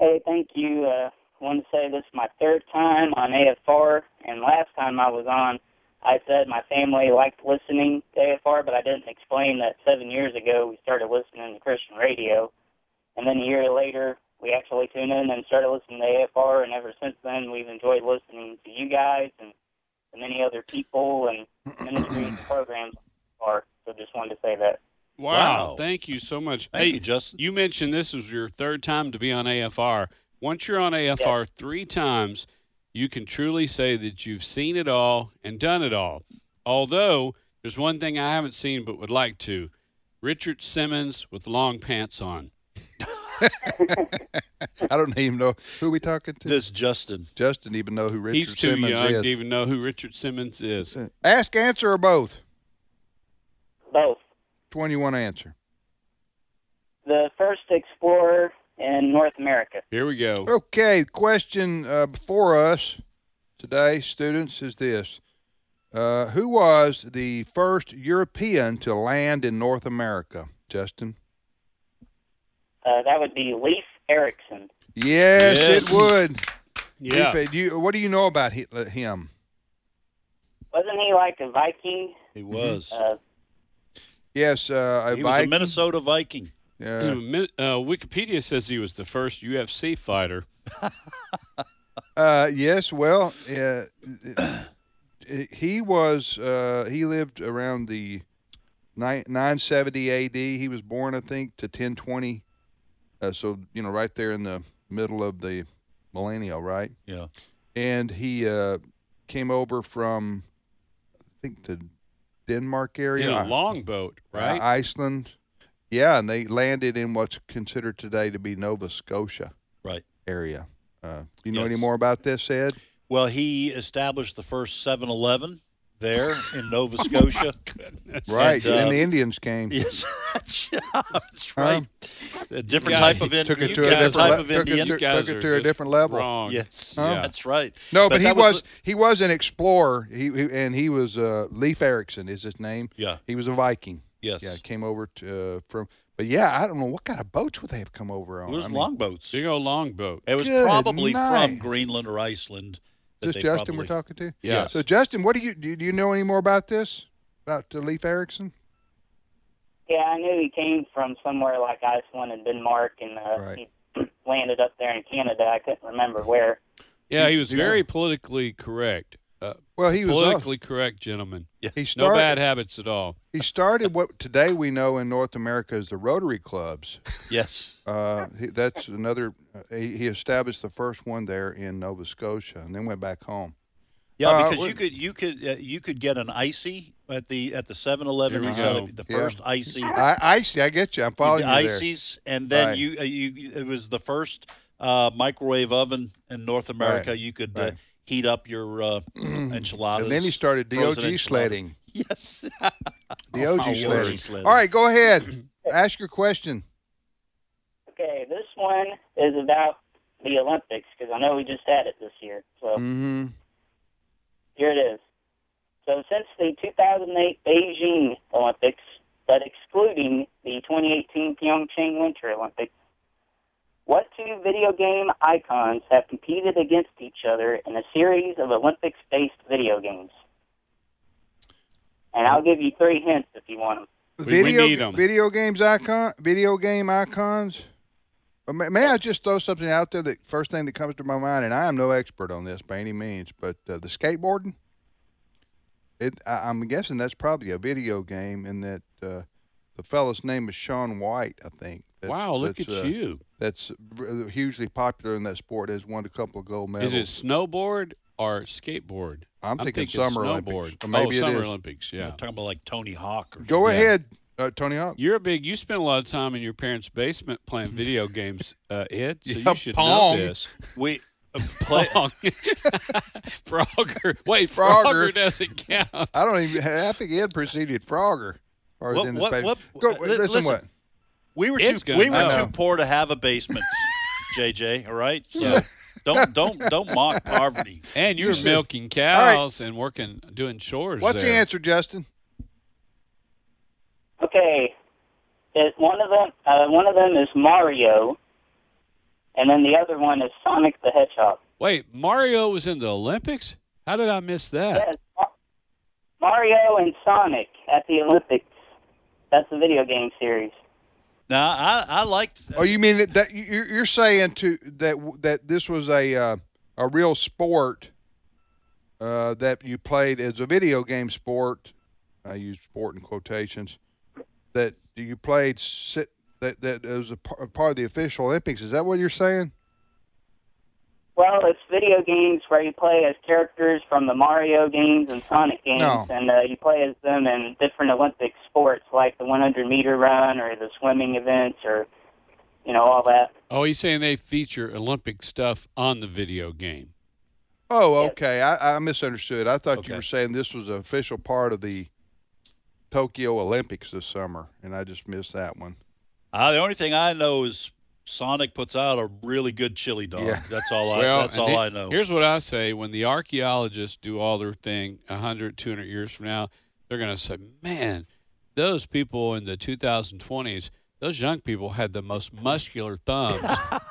S16: Hey, thank you. Uh, want to say this is my third time on AFR, and last time I was on, I said my family liked listening to AFR, but I didn't explain that seven years ago we started listening to Christian radio, and then a year later we actually tuned in and started listening to AFR, and ever since then we've enjoyed listening to you guys and the many other people and ministries and programs. Are so just wanted to say that.
S5: Wow. Thank you so much.
S3: Thank
S5: hey,
S3: you, Justin.
S5: You mentioned this is your third time to be on AFR. Once you're on AFR three times, you can truly say that you've seen it all and done it all. Although, there's one thing I haven't seen but would like to Richard Simmons with long pants on.
S2: I don't even know who we talking to.
S3: This Justin.
S2: Justin even know who Richard
S5: He's too
S2: Simmons
S5: young
S2: is.
S5: to even know who Richard Simmons is.
S2: Ask, answer, or both?
S16: Both.
S2: Which one you want to answer?
S16: The first explorer in North America.
S5: Here we go.
S2: Okay, question uh, before us today, students, is this. Uh, who was the first European to land in North America? Justin?
S16: Uh, that would be Leif Erikson.
S2: Yes,
S16: Yes.
S2: it would.
S16: Yeah.
S2: Leif, do you, what do you know about hi- him?
S16: Wasn't he like a Viking?
S3: He was.
S16: Uh,
S2: Yes, uh, a
S3: he was a
S2: Viking.
S3: Minnesota Viking.
S5: Uh, Min- uh, Wikipedia says he was the first UFC fighter.
S2: Uh, yes. Well, uh, he was. Uh, he lived around the nine nine seventy A.D. He was born, I think, to ten twenty. Uh, so you know, right there in the middle of the millennial, right?
S3: Yeah.
S2: And he uh, came over from, I think, the Denmark area.
S5: In a
S2: I-
S5: longboat,
S2: I-
S5: right?
S2: Iceland. Yeah, and they landed in what's considered today to be Nova Scotia.
S3: Right.
S2: Area. Uh, you know
S3: Yes.
S2: any more about this, Ed?
S3: Well, he established the first 7 Eleven there
S2: <laughs>
S3: in Nova Scotia.
S2: Oh Right.
S3: And,
S2: then the
S3: uh,
S2: Indians came.
S3: <laughs> Yes, that's right. a different
S2: Yeah,
S3: type of Indian.
S2: took it to a different
S3: type
S2: le-
S3: of
S2: took it
S3: Indian.
S2: to- You guys took it to a are just different level. wrong.
S3: Yes,
S2: Huh?
S3: that's right.
S2: No, but, he
S3: that
S2: was, he was an explorer. He, he and he was uh, Leif Erikson is his name.
S3: Yeah.
S2: He was a Viking.
S3: Yes.
S2: Yeah. Came over to uh, from. But yeah, I don't know what kind of boats would they have come over on.
S3: It was
S2: I mean,
S3: longboats.
S5: Big old longboat.
S3: It was
S2: Good
S3: probably from
S2: night.
S3: Greenland or Iceland. that
S2: Is
S3: they
S2: this Justin
S3: probably-
S2: we're talking to?
S3: Yes.
S2: So Justin, what do you do? You know any more about this about uh, Leif Erikson?
S16: yeah, I knew he came from somewhere like Iceland and Denmark, and uh, he <clears throat> landed up there in Canada. I couldn't remember where.
S5: Yeah, he was
S16: Yeah.
S5: very politically correct. Uh,
S2: Well, he was, uh,
S5: politically correct, gentlemen.
S2: He
S5: no
S2: started-
S5: bad habits at all.
S2: He started what today we know in North America as the Rotary Clubs.
S3: Yes.
S2: Uh, he, that's another. Uh, he, he established the first one there in Nova Scotia, and then went back home.
S3: Yeah,
S2: Uh,
S3: because
S2: what-
S3: you could you could uh, you could get an icy at the at the Seven Eleven
S2: There we
S3: instead
S2: go.
S3: of the
S2: Yeah.
S3: first icy.
S2: I, icy, I get you. I'm
S3: the
S2: following you there.
S3: ices, and
S2: <clears throat>
S3: then
S2: Right.
S3: you uh, you it was the first uh, microwave oven in North America. You could uh,
S2: Right.
S3: heat up
S2: <clears throat>
S3: your uh, enchiladas.
S2: And then he started
S3: frozen
S2: DOG
S3: enchiladas.
S2: sledding.
S3: <laughs> Yes.
S2: The OG
S3: Oh,
S2: <laughs>
S3: my word.
S2: sledding.
S3: Sledding.
S2: All right, go <clears throat> ahead. Ask your question.
S16: Okay, this one is about the Olympics because I know we just had it this year. So
S2: Mm-hmm.
S16: Here it is. So since the 2008 Beijing Olympics, but excluding the 2018 Pyeongchang Winter Olympics, what two video game icons have competed against each other in a series of Olympics-based video games? And I'll give you three hints if you want them.
S2: Video video games icon video game icons. Uh, May, may I just throw something out there? That first thing that comes to my mind, and I am no expert on this by any means, but uh, the skateboarding. It, I, I'm guessing that's probably a video game, and that uh, the fellow's name is Sean White, I think. That's,
S5: Wow, look
S2: that's, uh,
S5: at you.
S2: That's r- hugely popular in that sport. Has won a couple of gold medals.
S5: Is it snowboard or skateboard?
S2: I'm thinking Summer Olympics,
S5: snowboard.
S2: or maybe
S5: oh,
S2: it
S5: Summer
S2: is.
S5: Olympics. Yeah.
S3: I'm talking about like Tony Hawk. Or
S2: Go
S5: Yeah.
S2: ahead, uh, Tony Hawk.
S5: You're a big. You spent a lot of time in your parents' basement
S2: <laughs>
S5: playing video games, uh, Ed. So
S2: Yeah,
S5: you should
S2: Pong.
S5: know this.
S3: We uh, play.
S5: <laughs> Frogger.
S2: <laughs>
S5: Wait,
S2: Frogger.
S5: Frogger, doesn't count.
S2: I don't even. I think Ed preceded Frogger. Or
S3: What-
S2: in his
S3: what-
S2: paper.
S3: what-
S2: Go,
S5: uh,
S3: li-
S2: listen,
S3: listen.
S2: what?
S3: We were
S5: It's
S3: too
S5: gonna
S3: we were
S5: know.
S3: too poor to have a basement, <laughs> JJ. All right, so don't don't don't mock poverty.
S5: And
S3: You
S5: you're
S3: should-
S5: milking cows and working, doing chores.
S2: What's the
S5: there.
S2: answer, Justin?
S16: Okay, It- one of them uh, one of them is Mario, And then the other one is Sonic the Hedgehog.
S5: Wait, Mario was in the Olympics? How did I miss that?
S16: Yes, Ma- Mario and Sonic at the Olympics. That's the video game series.
S3: No, I, I liked.
S2: Oh, you mean that- that you- you're saying to that that this was a uh, a real sport uh, that you played as a video game sport. I use sport in quotations. That you played sit that that was a par- a part of the official Olympics. Is that what you're saying?
S16: Well, it's video games where you play as characters from the Mario games and Sonic games,
S2: No.
S16: and uh, you play as them in different Olympic sports like the 100 meter run or the swimming events or, you know, all that.
S5: Oh, he's saying they feature Olympic stuff on the video game.
S2: Oh, okay. I, I misunderstood. I thought you were saying this was an official part of the Tokyo Olympics this summer, and I just missed that one.
S3: Uh, the only thing I know is Sonic puts out a really good chili dog.
S2: Yeah.
S3: That's all I. that's
S5: and
S3: all
S5: he-
S3: I know.
S5: Here's what I say when the archaeologists do all their thing 100, 200 years from now, they're going to say, man, those people in the 2020s, those young people had the most muscular thumbs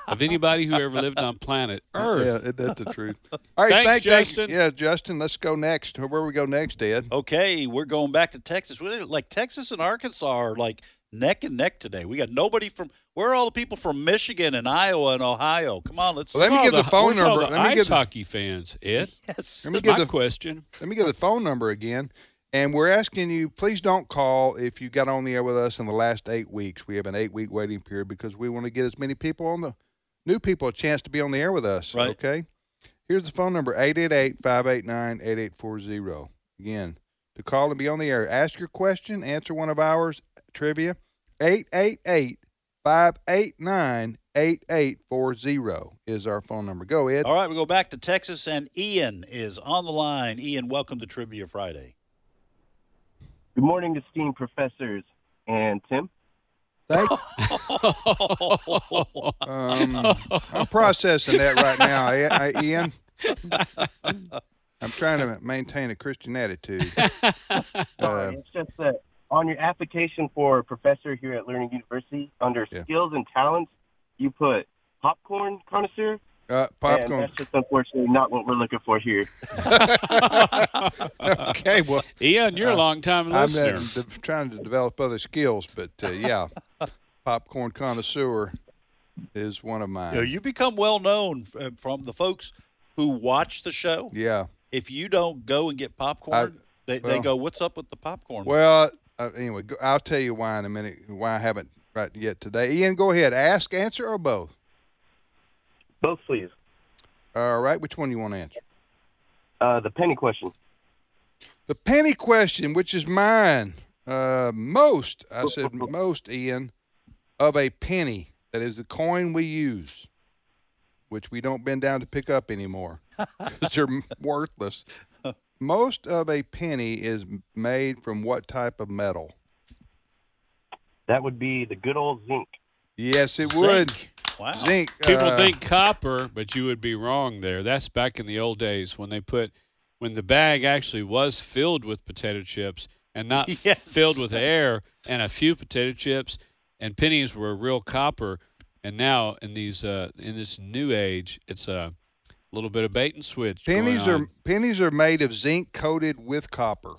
S5: of anybody who ever lived on planet Earth.
S2: Yeah, that- that's the truth.
S5: All right, thanks,
S2: thank-
S5: Justin.
S2: yeah, Justin, let's go next. Where we go next, Ed?
S3: Okay, we're going back to Texas. We're like Texas and Arkansas are like neck and neck today. We got nobody from. Where are all the people from Michigan and Iowa and Ohio? Come on, let's.
S2: Well, let me
S3: Oh,
S2: give the phone
S5: Where's all
S2: number.
S5: the
S2: Let me
S5: ice
S2: give the-
S5: hockey fans, Ed?
S3: Yes.
S2: Let me
S5: That's
S2: give
S5: my
S2: the
S5: question.
S2: Let me get the phone number again. And we're asking you, please don't call if you got on the air with us in the last eight weeks. We have an eight week waiting period because we want to get as many people on the new people a chance to be on the air with us. Right. Okay. Here's the phone number 888 589 8840. Again, to call and be on the air, ask your question, answer one of ours, trivia, 888 589 8840 is our phone number. Go, Ed.
S3: All right, we go back to Texas, and Ian is on the line. Ian, welcome to Trivia Friday.
S8: Good morning, esteemed professors and Tim. <laughs>
S2: Thank
S5: <laughs>
S2: Um, I'm processing that right now, I, I, Ian. I'm trying to maintain a Christian
S5: <laughs>
S2: attitude. Uh,
S8: Sorry, it's just that on your application for a professor here at Learning University, under
S2: Yeah.
S8: skills and talents, you put popcorn connoisseur.
S2: uh,
S8: And
S2: popcorn.
S8: that's just unfortunately not what we're looking for here.
S2: <laughs> <laughs> okay, well,
S5: Ian, you're a
S2: uh,
S5: longtime
S2: I'm uh,
S5: listener.
S2: de- trying to develop other skills, but uh, yeah, <laughs> popcorn connoisseur is one of mine.
S3: You, know, you become well known uh, from the folks who watch the show.
S2: yeah.
S3: If you don't go and get popcorn,
S2: I-
S3: they,
S2: well-
S3: they go, "What's up with the popcorn?"
S2: Well, uh, anyway, go- I'll tell you why in a minute. Why I haven't right yet today. Ian, go ahead. Ask, answer, or both.
S8: Both, please.
S2: All right. Which one you want to answer?
S8: Uh, the penny question.
S2: The penny question, which is mine, uh, most I
S8: <laughs>
S2: said most, Ian, of a penny that is the coin we use, which we don't bend down to pick up anymore <laughs> 'cause they're worthless. <laughs> Most of a penny is made from what type of metal?
S8: That would be the good old zinc.
S2: Yes, it would.
S3: Wow.
S2: Zinc.
S5: People
S2: uh,
S5: think copper, but you would be wrong there. That's back in the old days when they put when the bag actually was filled with potato chips and
S2: <laughs>
S5: not filled with air and a few potato chips and pennies were real copper. And now in these uh, in this new age, it's a little bit of bait and switch. going
S2: Pennies are
S5: on.
S2: pennies are made of zinc coated with copper.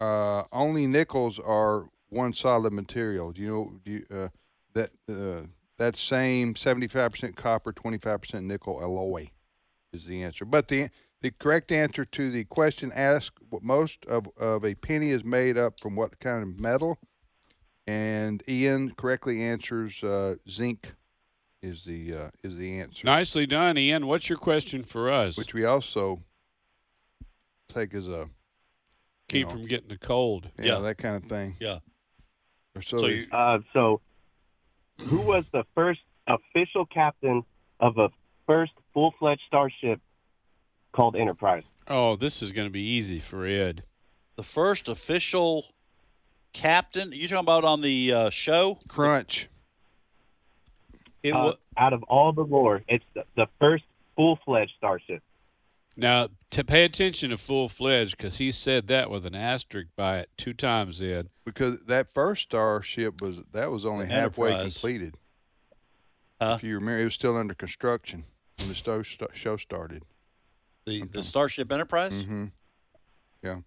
S2: Uh, only nickels are one solid material. Do you know do you, uh, that uh, that same seventy five percent copper, twenty five percent nickel alloy is the answer. But the the correct answer to the question asked what most of, of a penny is made up from what kind of metal, and Ian correctly answers uh, zinc is the uh, is the answer
S5: nicely done, Ian. What's your question for us?
S2: which we also take as a
S5: Keep
S2: know,
S5: from getting a cold.
S2: yeah, that kind of thing.
S3: Yeah.
S2: Or so,
S3: So
S2: they-
S3: you-
S8: Uh, so, who was the first official captain of a first full fledged starship called Enterprise?
S5: Oh, this is going to be easy for Ed.
S3: The first official captain you talking about on the uh, show?
S2: Crunch.
S3: It
S8: Uh,
S3: was
S8: out of all the lore, it's the, the first full fledged starship.
S5: Now, to pay attention to full fledged, because he said that with an asterisk by it two times, Ed.
S2: because that first starship was that was only halfway
S5: Enterprise.
S2: completed. If you remember, it was still under construction when the sto- sto- show started.
S3: The the Starship Enterprise.
S2: Mm-hmm. Yeah,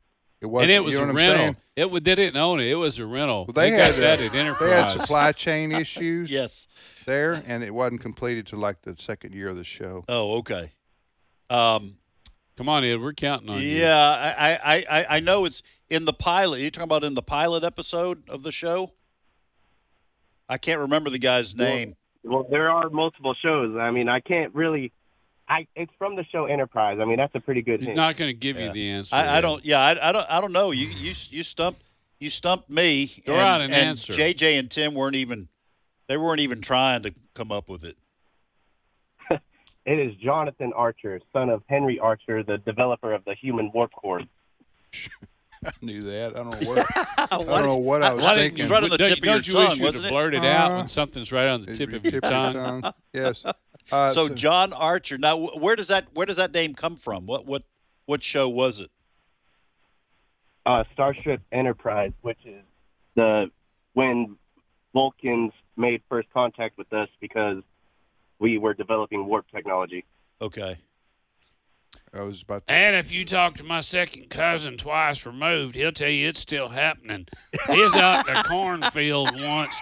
S2: it was.
S5: and it was
S2: you know
S5: a
S2: what I'm saying?
S5: rental. It wa- they didn't own it. It was a rental.
S2: Well, they, had
S5: got that
S2: uh,
S5: at Enterprise.
S2: They had supply chain issues.
S3: <laughs> yes,
S2: there, and it wasn't completed till like the second year of the show.
S3: Oh, okay. Um,
S5: Come on, Ed. We're counting on you.
S3: yeah, I, I, I, I know it's in the pilot. You talking about in the pilot episode of the show? I can't remember the guy's name.
S8: Well, there are multiple shows. I mean, I can't really. I it's from the show Enterprise. I mean, that's a pretty good.
S5: He's
S8: hint.
S5: not going to give you the answer.
S3: I, I
S5: Ed.
S3: don't. Yeah, I, I don't. I don't know. You you you stumped you stumped me.
S5: Throw
S3: and,
S5: out an
S3: and
S5: answer.
S3: JJ and Tim weren't even. They weren't even trying to come up with it.
S8: It is Jonathan Archer, son of Henry Archer, the developer of the Human Warp Core.
S2: <laughs> I knew that. I don't know what. I don't know what I was
S5: Why didn't
S2: thinking. Uh-huh.
S5: you- don't- don't you wish you'd have blurted out when something's right on the Uh-huh. tip of your tongue?
S3: <laughs>
S5: Uh,
S2: Yes.
S3: so John Archer. Now, wh- where does that where does that name come from? What what what show was it?
S8: <laughs> uh, Starship Enterprise, which is the when Vulcans made first contact with us because we were developing warp technology.
S3: Okay.
S2: I was about
S4: And if you talk to my second cousin twice removed, he'll tell you it's still happening. He's out in a cornfield once,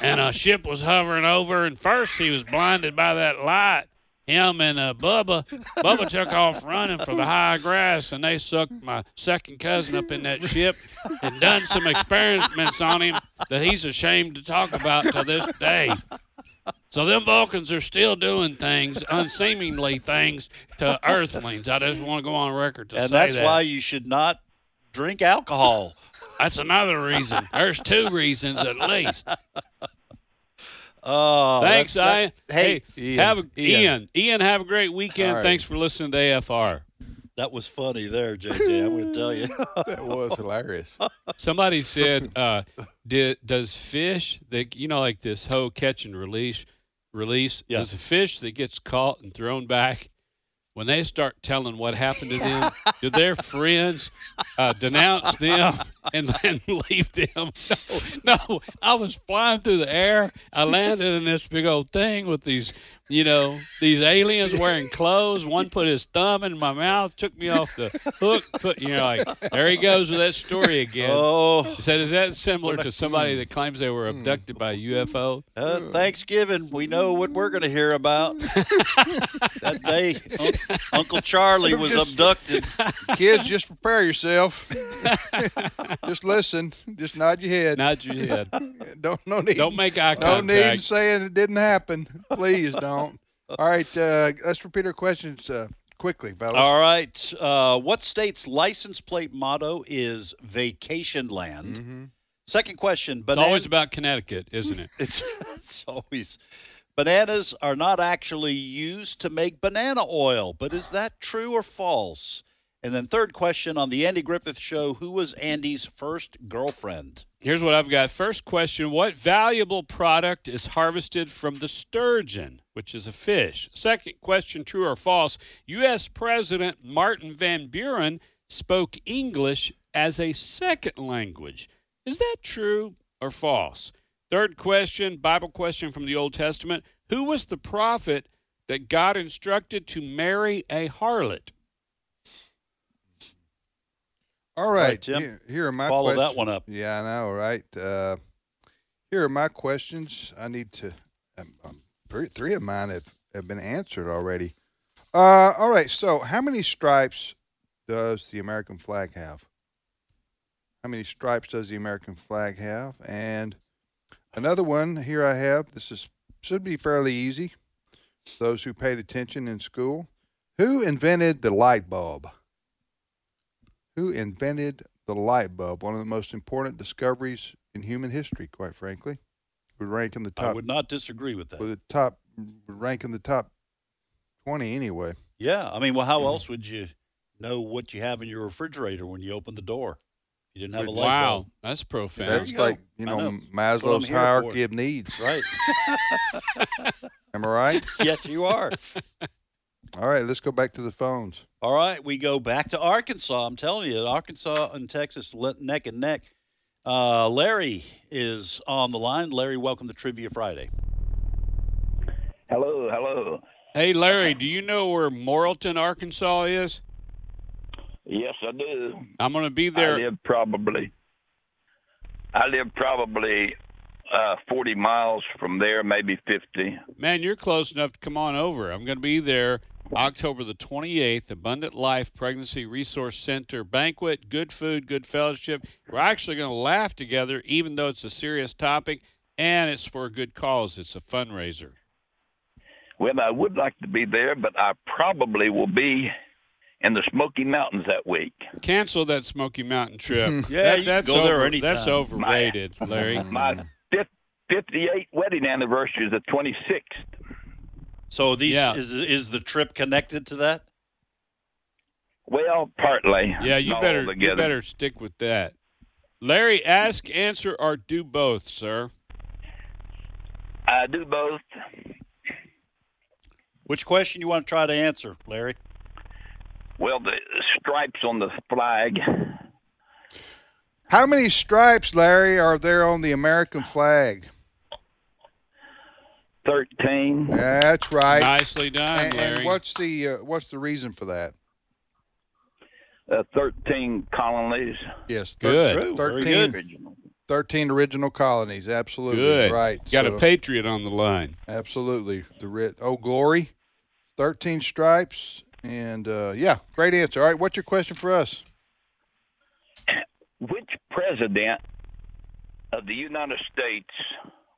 S4: and a ship was hovering over, and first he was blinded by that light. Him and uh, Bubba, Bubba took off running for the high grass, and they sucked my second cousin up in that ship and done some experiments on him that he's ashamed to talk about to this day. So them Vulcans are still doing things, unseemingly things to Earthlings. I just want to go on record to
S3: and
S4: say
S3: that's
S4: that.
S3: why you should not drink
S5: <laughs>
S3: alcohol.
S4: That's another reason. There's two reasons at least.
S3: <laughs> Oh,
S5: Thanks, Ian.
S4: that's- that-
S5: Hey,
S4: hey,
S5: have a,
S4: Ian,
S5: Ian.
S4: Ian.
S5: Ian. have a great weekend.
S3: All right.
S5: Thanks for listening to AFR.
S3: That was funny there, JJ. I'm going to tell you.
S2: <laughs> that was hilarious.
S5: Somebody said, uh, did, "Does fish that you know, like this hoe catch and release, release? Does a fish that gets caught and thrown back, when they start telling what happened to
S3: <laughs>
S5: them, do their friends uh, denounce them and, and <laughs> leave them? No, no. I was flying through the air. I landed in this big old thing with these, you know, these aliens wearing clothes. One put his thumb in my mouth, took me off the hook. Put you know, like there he goes with that story again.
S3: Oh.
S5: He said, is that similar to somebody that claims they were abducted by a UFO?
S3: Uh, Thanksgiving, we know what we're going to
S5: <laughs>
S3: hear about. that day, Un-
S2: <laughs>
S3: Uncle Charlie was
S2: Just-
S3: abducted.
S2: <laughs> Kids, just prepare yourself. <laughs> just listen. Just nod your head.
S5: Nod your head.
S2: <laughs> don't no need.
S5: Don't make eye
S2: No need
S5: contact.
S2: saying it didn't happen. Please don't. All right. Uh, let's repeat our questions uh, quickly, fellas.
S3: All right. Uh, what state's license plate motto is Vacation Land?
S2: Mm-hmm.
S3: Second question.
S5: It's
S3: Banan-
S5: always about Connecticut, isn't it?
S3: It's, <laughs> it's always. Bananas are not actually used to make banana oil, but is that true or false? And then, third question on the Andy Griffith Show Who was Andy's first girlfriend?
S5: Here's what I've got. First question What valuable product is harvested from the sturgeon, which is a fish? Second question True or false? U.S. President Martin Van Buren spoke English as a second language. Is that true or false? Third question Bible question from the Old Testament Who was the prophet that God instructed to marry a harlot?
S2: All right, Here, here are my
S3: Follow that
S2: questions.
S3: one up.
S2: Yeah, I know, right? Uh, here are my questions. I need to. Um, um, three, three of mine have, have been answered already. Uh, all right. So, how many stripes does the American flag have? How many stripes does the American flag have? And another one here I have. This is should be fairly easy. Those who paid attention in school. Who invented the light bulb? Who invented the light bulb? One of the most important discoveries in human history, quite frankly. Would rank in the
S3: I
S2: top.
S3: would not disagree with that.
S2: Would the top would rank in the top twenty anyway.
S3: Yeah, I mean, well, how else would you know what you have in your refrigerator when you open the door? You didn't have a light
S5: Wow,
S3: bulb.
S5: that's profound.
S2: That's
S3: There you
S2: like
S3: go.
S2: you
S3: I
S2: know,
S3: know. That's what I'm
S2: Maslow's
S3: here for.
S2: hierarchy of needs.
S3: Right. <laughs>
S2: Am I right?
S3: yes, you <laughs> are.
S2: All right, let's go back to the phones.
S3: All right, we go back to Arkansas. I'm telling you, Arkansas and Texas le- neck and neck. Uh, Larry is on the line. Larry, welcome to Trivia Friday.
S17: Hello, hello.
S5: Hey, Larry, do you know where Morrilton, Arkansas is?
S17: Yes, I do.
S5: I'm going to be there.
S17: I live probably. I live probably uh, 40 miles from there, maybe 50.
S5: Man, you're close enough to come on over. I'm going to be there October the 28th, Abundant Life Pregnancy Resource Center banquet. Good food, good fellowship. We're actually going to laugh together, even though it's a serious topic and it's for a good cause. It's a fundraiser.
S17: Well, I would like to be there, but I probably will be in the Smoky Mountains that week.
S5: Cancel that Smoky Mountain
S17: <laughs>
S5: trip.
S17: Yeah,
S5: That-
S17: you can
S5: that's
S17: go there
S5: over,
S17: anytime.
S5: That's overrated, Larry.
S17: <laughs> My fif- 58 wedding anniversary is the 26th.
S3: So these
S17: Yeah.
S3: is is the trip connected to that?
S17: Well, partly.
S5: Yeah, you
S17: Not
S5: better you
S17: altogether.
S5: better stick with that. Larry, ask, answer, or do both, sir.
S17: I do both.
S3: Which question you want to try to answer, Larry?
S17: Well, the uh, stripes on the flag.
S2: Uh, How many stripes, Larry, are there on the American flag?
S17: 13.
S2: That's right.
S5: Nicely done,
S2: And, and
S17: Larry.
S2: what's the uh, what's the reason for that?
S17: Uh, 13 colonies.
S2: Yes,
S5: Good.
S2: thir-
S5: True, very
S2: 13,
S17: good.
S2: 13 original colonies. Absolutely
S5: Good.
S2: right.
S5: Got
S2: So,
S5: a patriot on the line.
S2: Absolutely. The red Oh Glory, 13 stripes and uh, yeah, great answer. All right, what's your question for us?
S17: Which president of the United States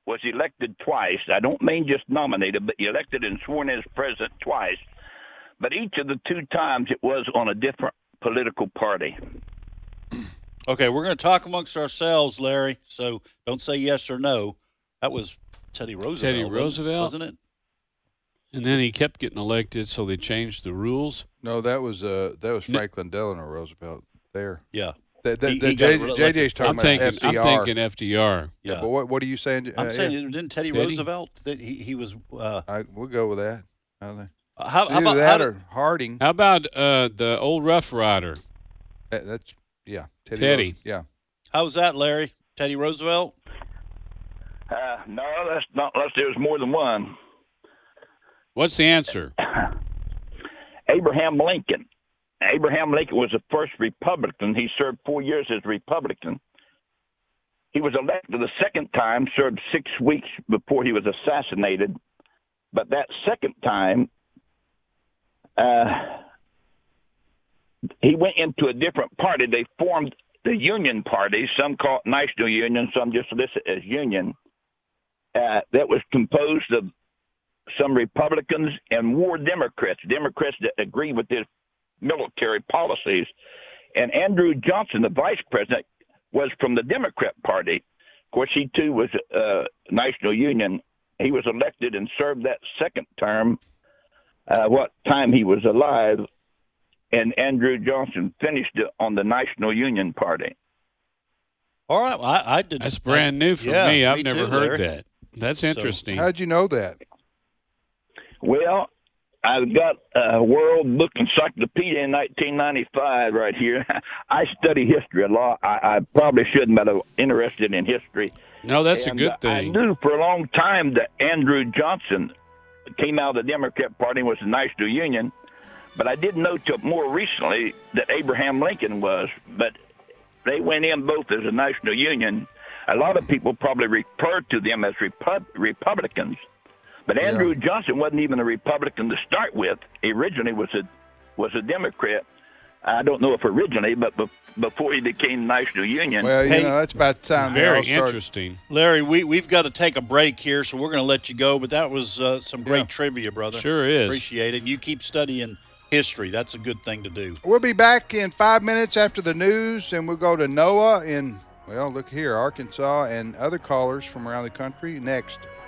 S17: was elected twice? I don't mean just nominated, but elected and sworn as president twice. But each of the two times it was on a different political party.
S3: Okay, we're going to talk amongst ourselves, Larry. So don't say yes or no. That was Teddy Roosevelt.
S5: Teddy
S3: wasn't-
S5: Roosevelt?
S3: wasn't it?
S5: And then he kept getting elected, so they changed the rules.
S2: No, that was uh that was Franklin Delano Roosevelt there.
S3: Yeah.
S2: That, that,
S5: He-
S2: that
S5: he got
S2: J-
S5: elected
S2: JJ's talking
S5: I'm
S2: about
S5: thinking,
S2: FDR.
S5: I'm thinking FDR.
S2: Yeah, but what what are you saying?
S3: I'm
S2: uh,
S3: saying
S2: Ed?
S3: didn't Teddy
S2: Teddy?
S3: Roosevelt that he, he was uh,
S2: I, we'll go with that. I think.
S3: how-
S2: It's
S3: how
S2: either
S3: about-
S2: that
S3: how
S2: or Harding?
S5: How about uh, the old Rough Rider?
S2: That- that's yeah, Teddy.
S5: Teddy.
S2: Roosevelt. Yeah.
S3: how's that, Larry? Teddy Roosevelt.
S17: Uh, no, that's not unless there's more than one.
S5: What's the answer?
S17: <coughs> Abraham Lincoln. Abraham Lincoln was the first Republican. He served four years as Republican. He was elected the second time, served six weeks before he was assassinated. But that second time, uh, he went into a different party. They formed the Union Party. Some call it National Union, some just list it as Union. Uh, that was composed of some Republicans and war Democrats, Democrats that agree with his military policies. And Andrew Johnson, the vice president, was from the Democrat Party. Of course, he too was uh, National Union. He was elected and served that second term, uh, what time he was alive. And Andrew Johnson finished it on the National Union Party.
S3: All right, well, I, I did.
S5: That's brand new for
S17: Yeah,
S5: me. I've
S17: me
S5: never
S17: too, Larry.
S5: heard that. That's
S17: So-
S5: interesting.
S2: How'd you know that?
S17: Well, I've got a World Book Encyclopedia in 1995 right here. <laughs> I study history a lot. I, I probably shouldn't, but I'm interested in history.
S5: no, that's a
S17: And, uh,
S5: good
S17: I
S5: thing.
S17: knew for a long time that Andrew Johnson came out of the Democrat Party and was the National Union, but I didn't know till more recently that Abraham Lincoln was. But they went in both as a National Union. A lot of people probably refer to them as Repub- Republicans, but Andrew Johnson wasn't even a Republican to start with. He originally was a was a Democrat. I don't know if originally, but bef before he became National Union.
S2: Well, you know, that's about time. they all started-
S3: Larry. We we've got to take a break here, so we're going to let you go. But that was uh, some great trivia, brother.
S5: Sure is.
S3: Appreciate it. And you keep studying history. That's a good thing to do.
S2: We'll be back in five minutes after the news, and we'll go to Noah in, well, look here, Arkansas and other callers from around the country next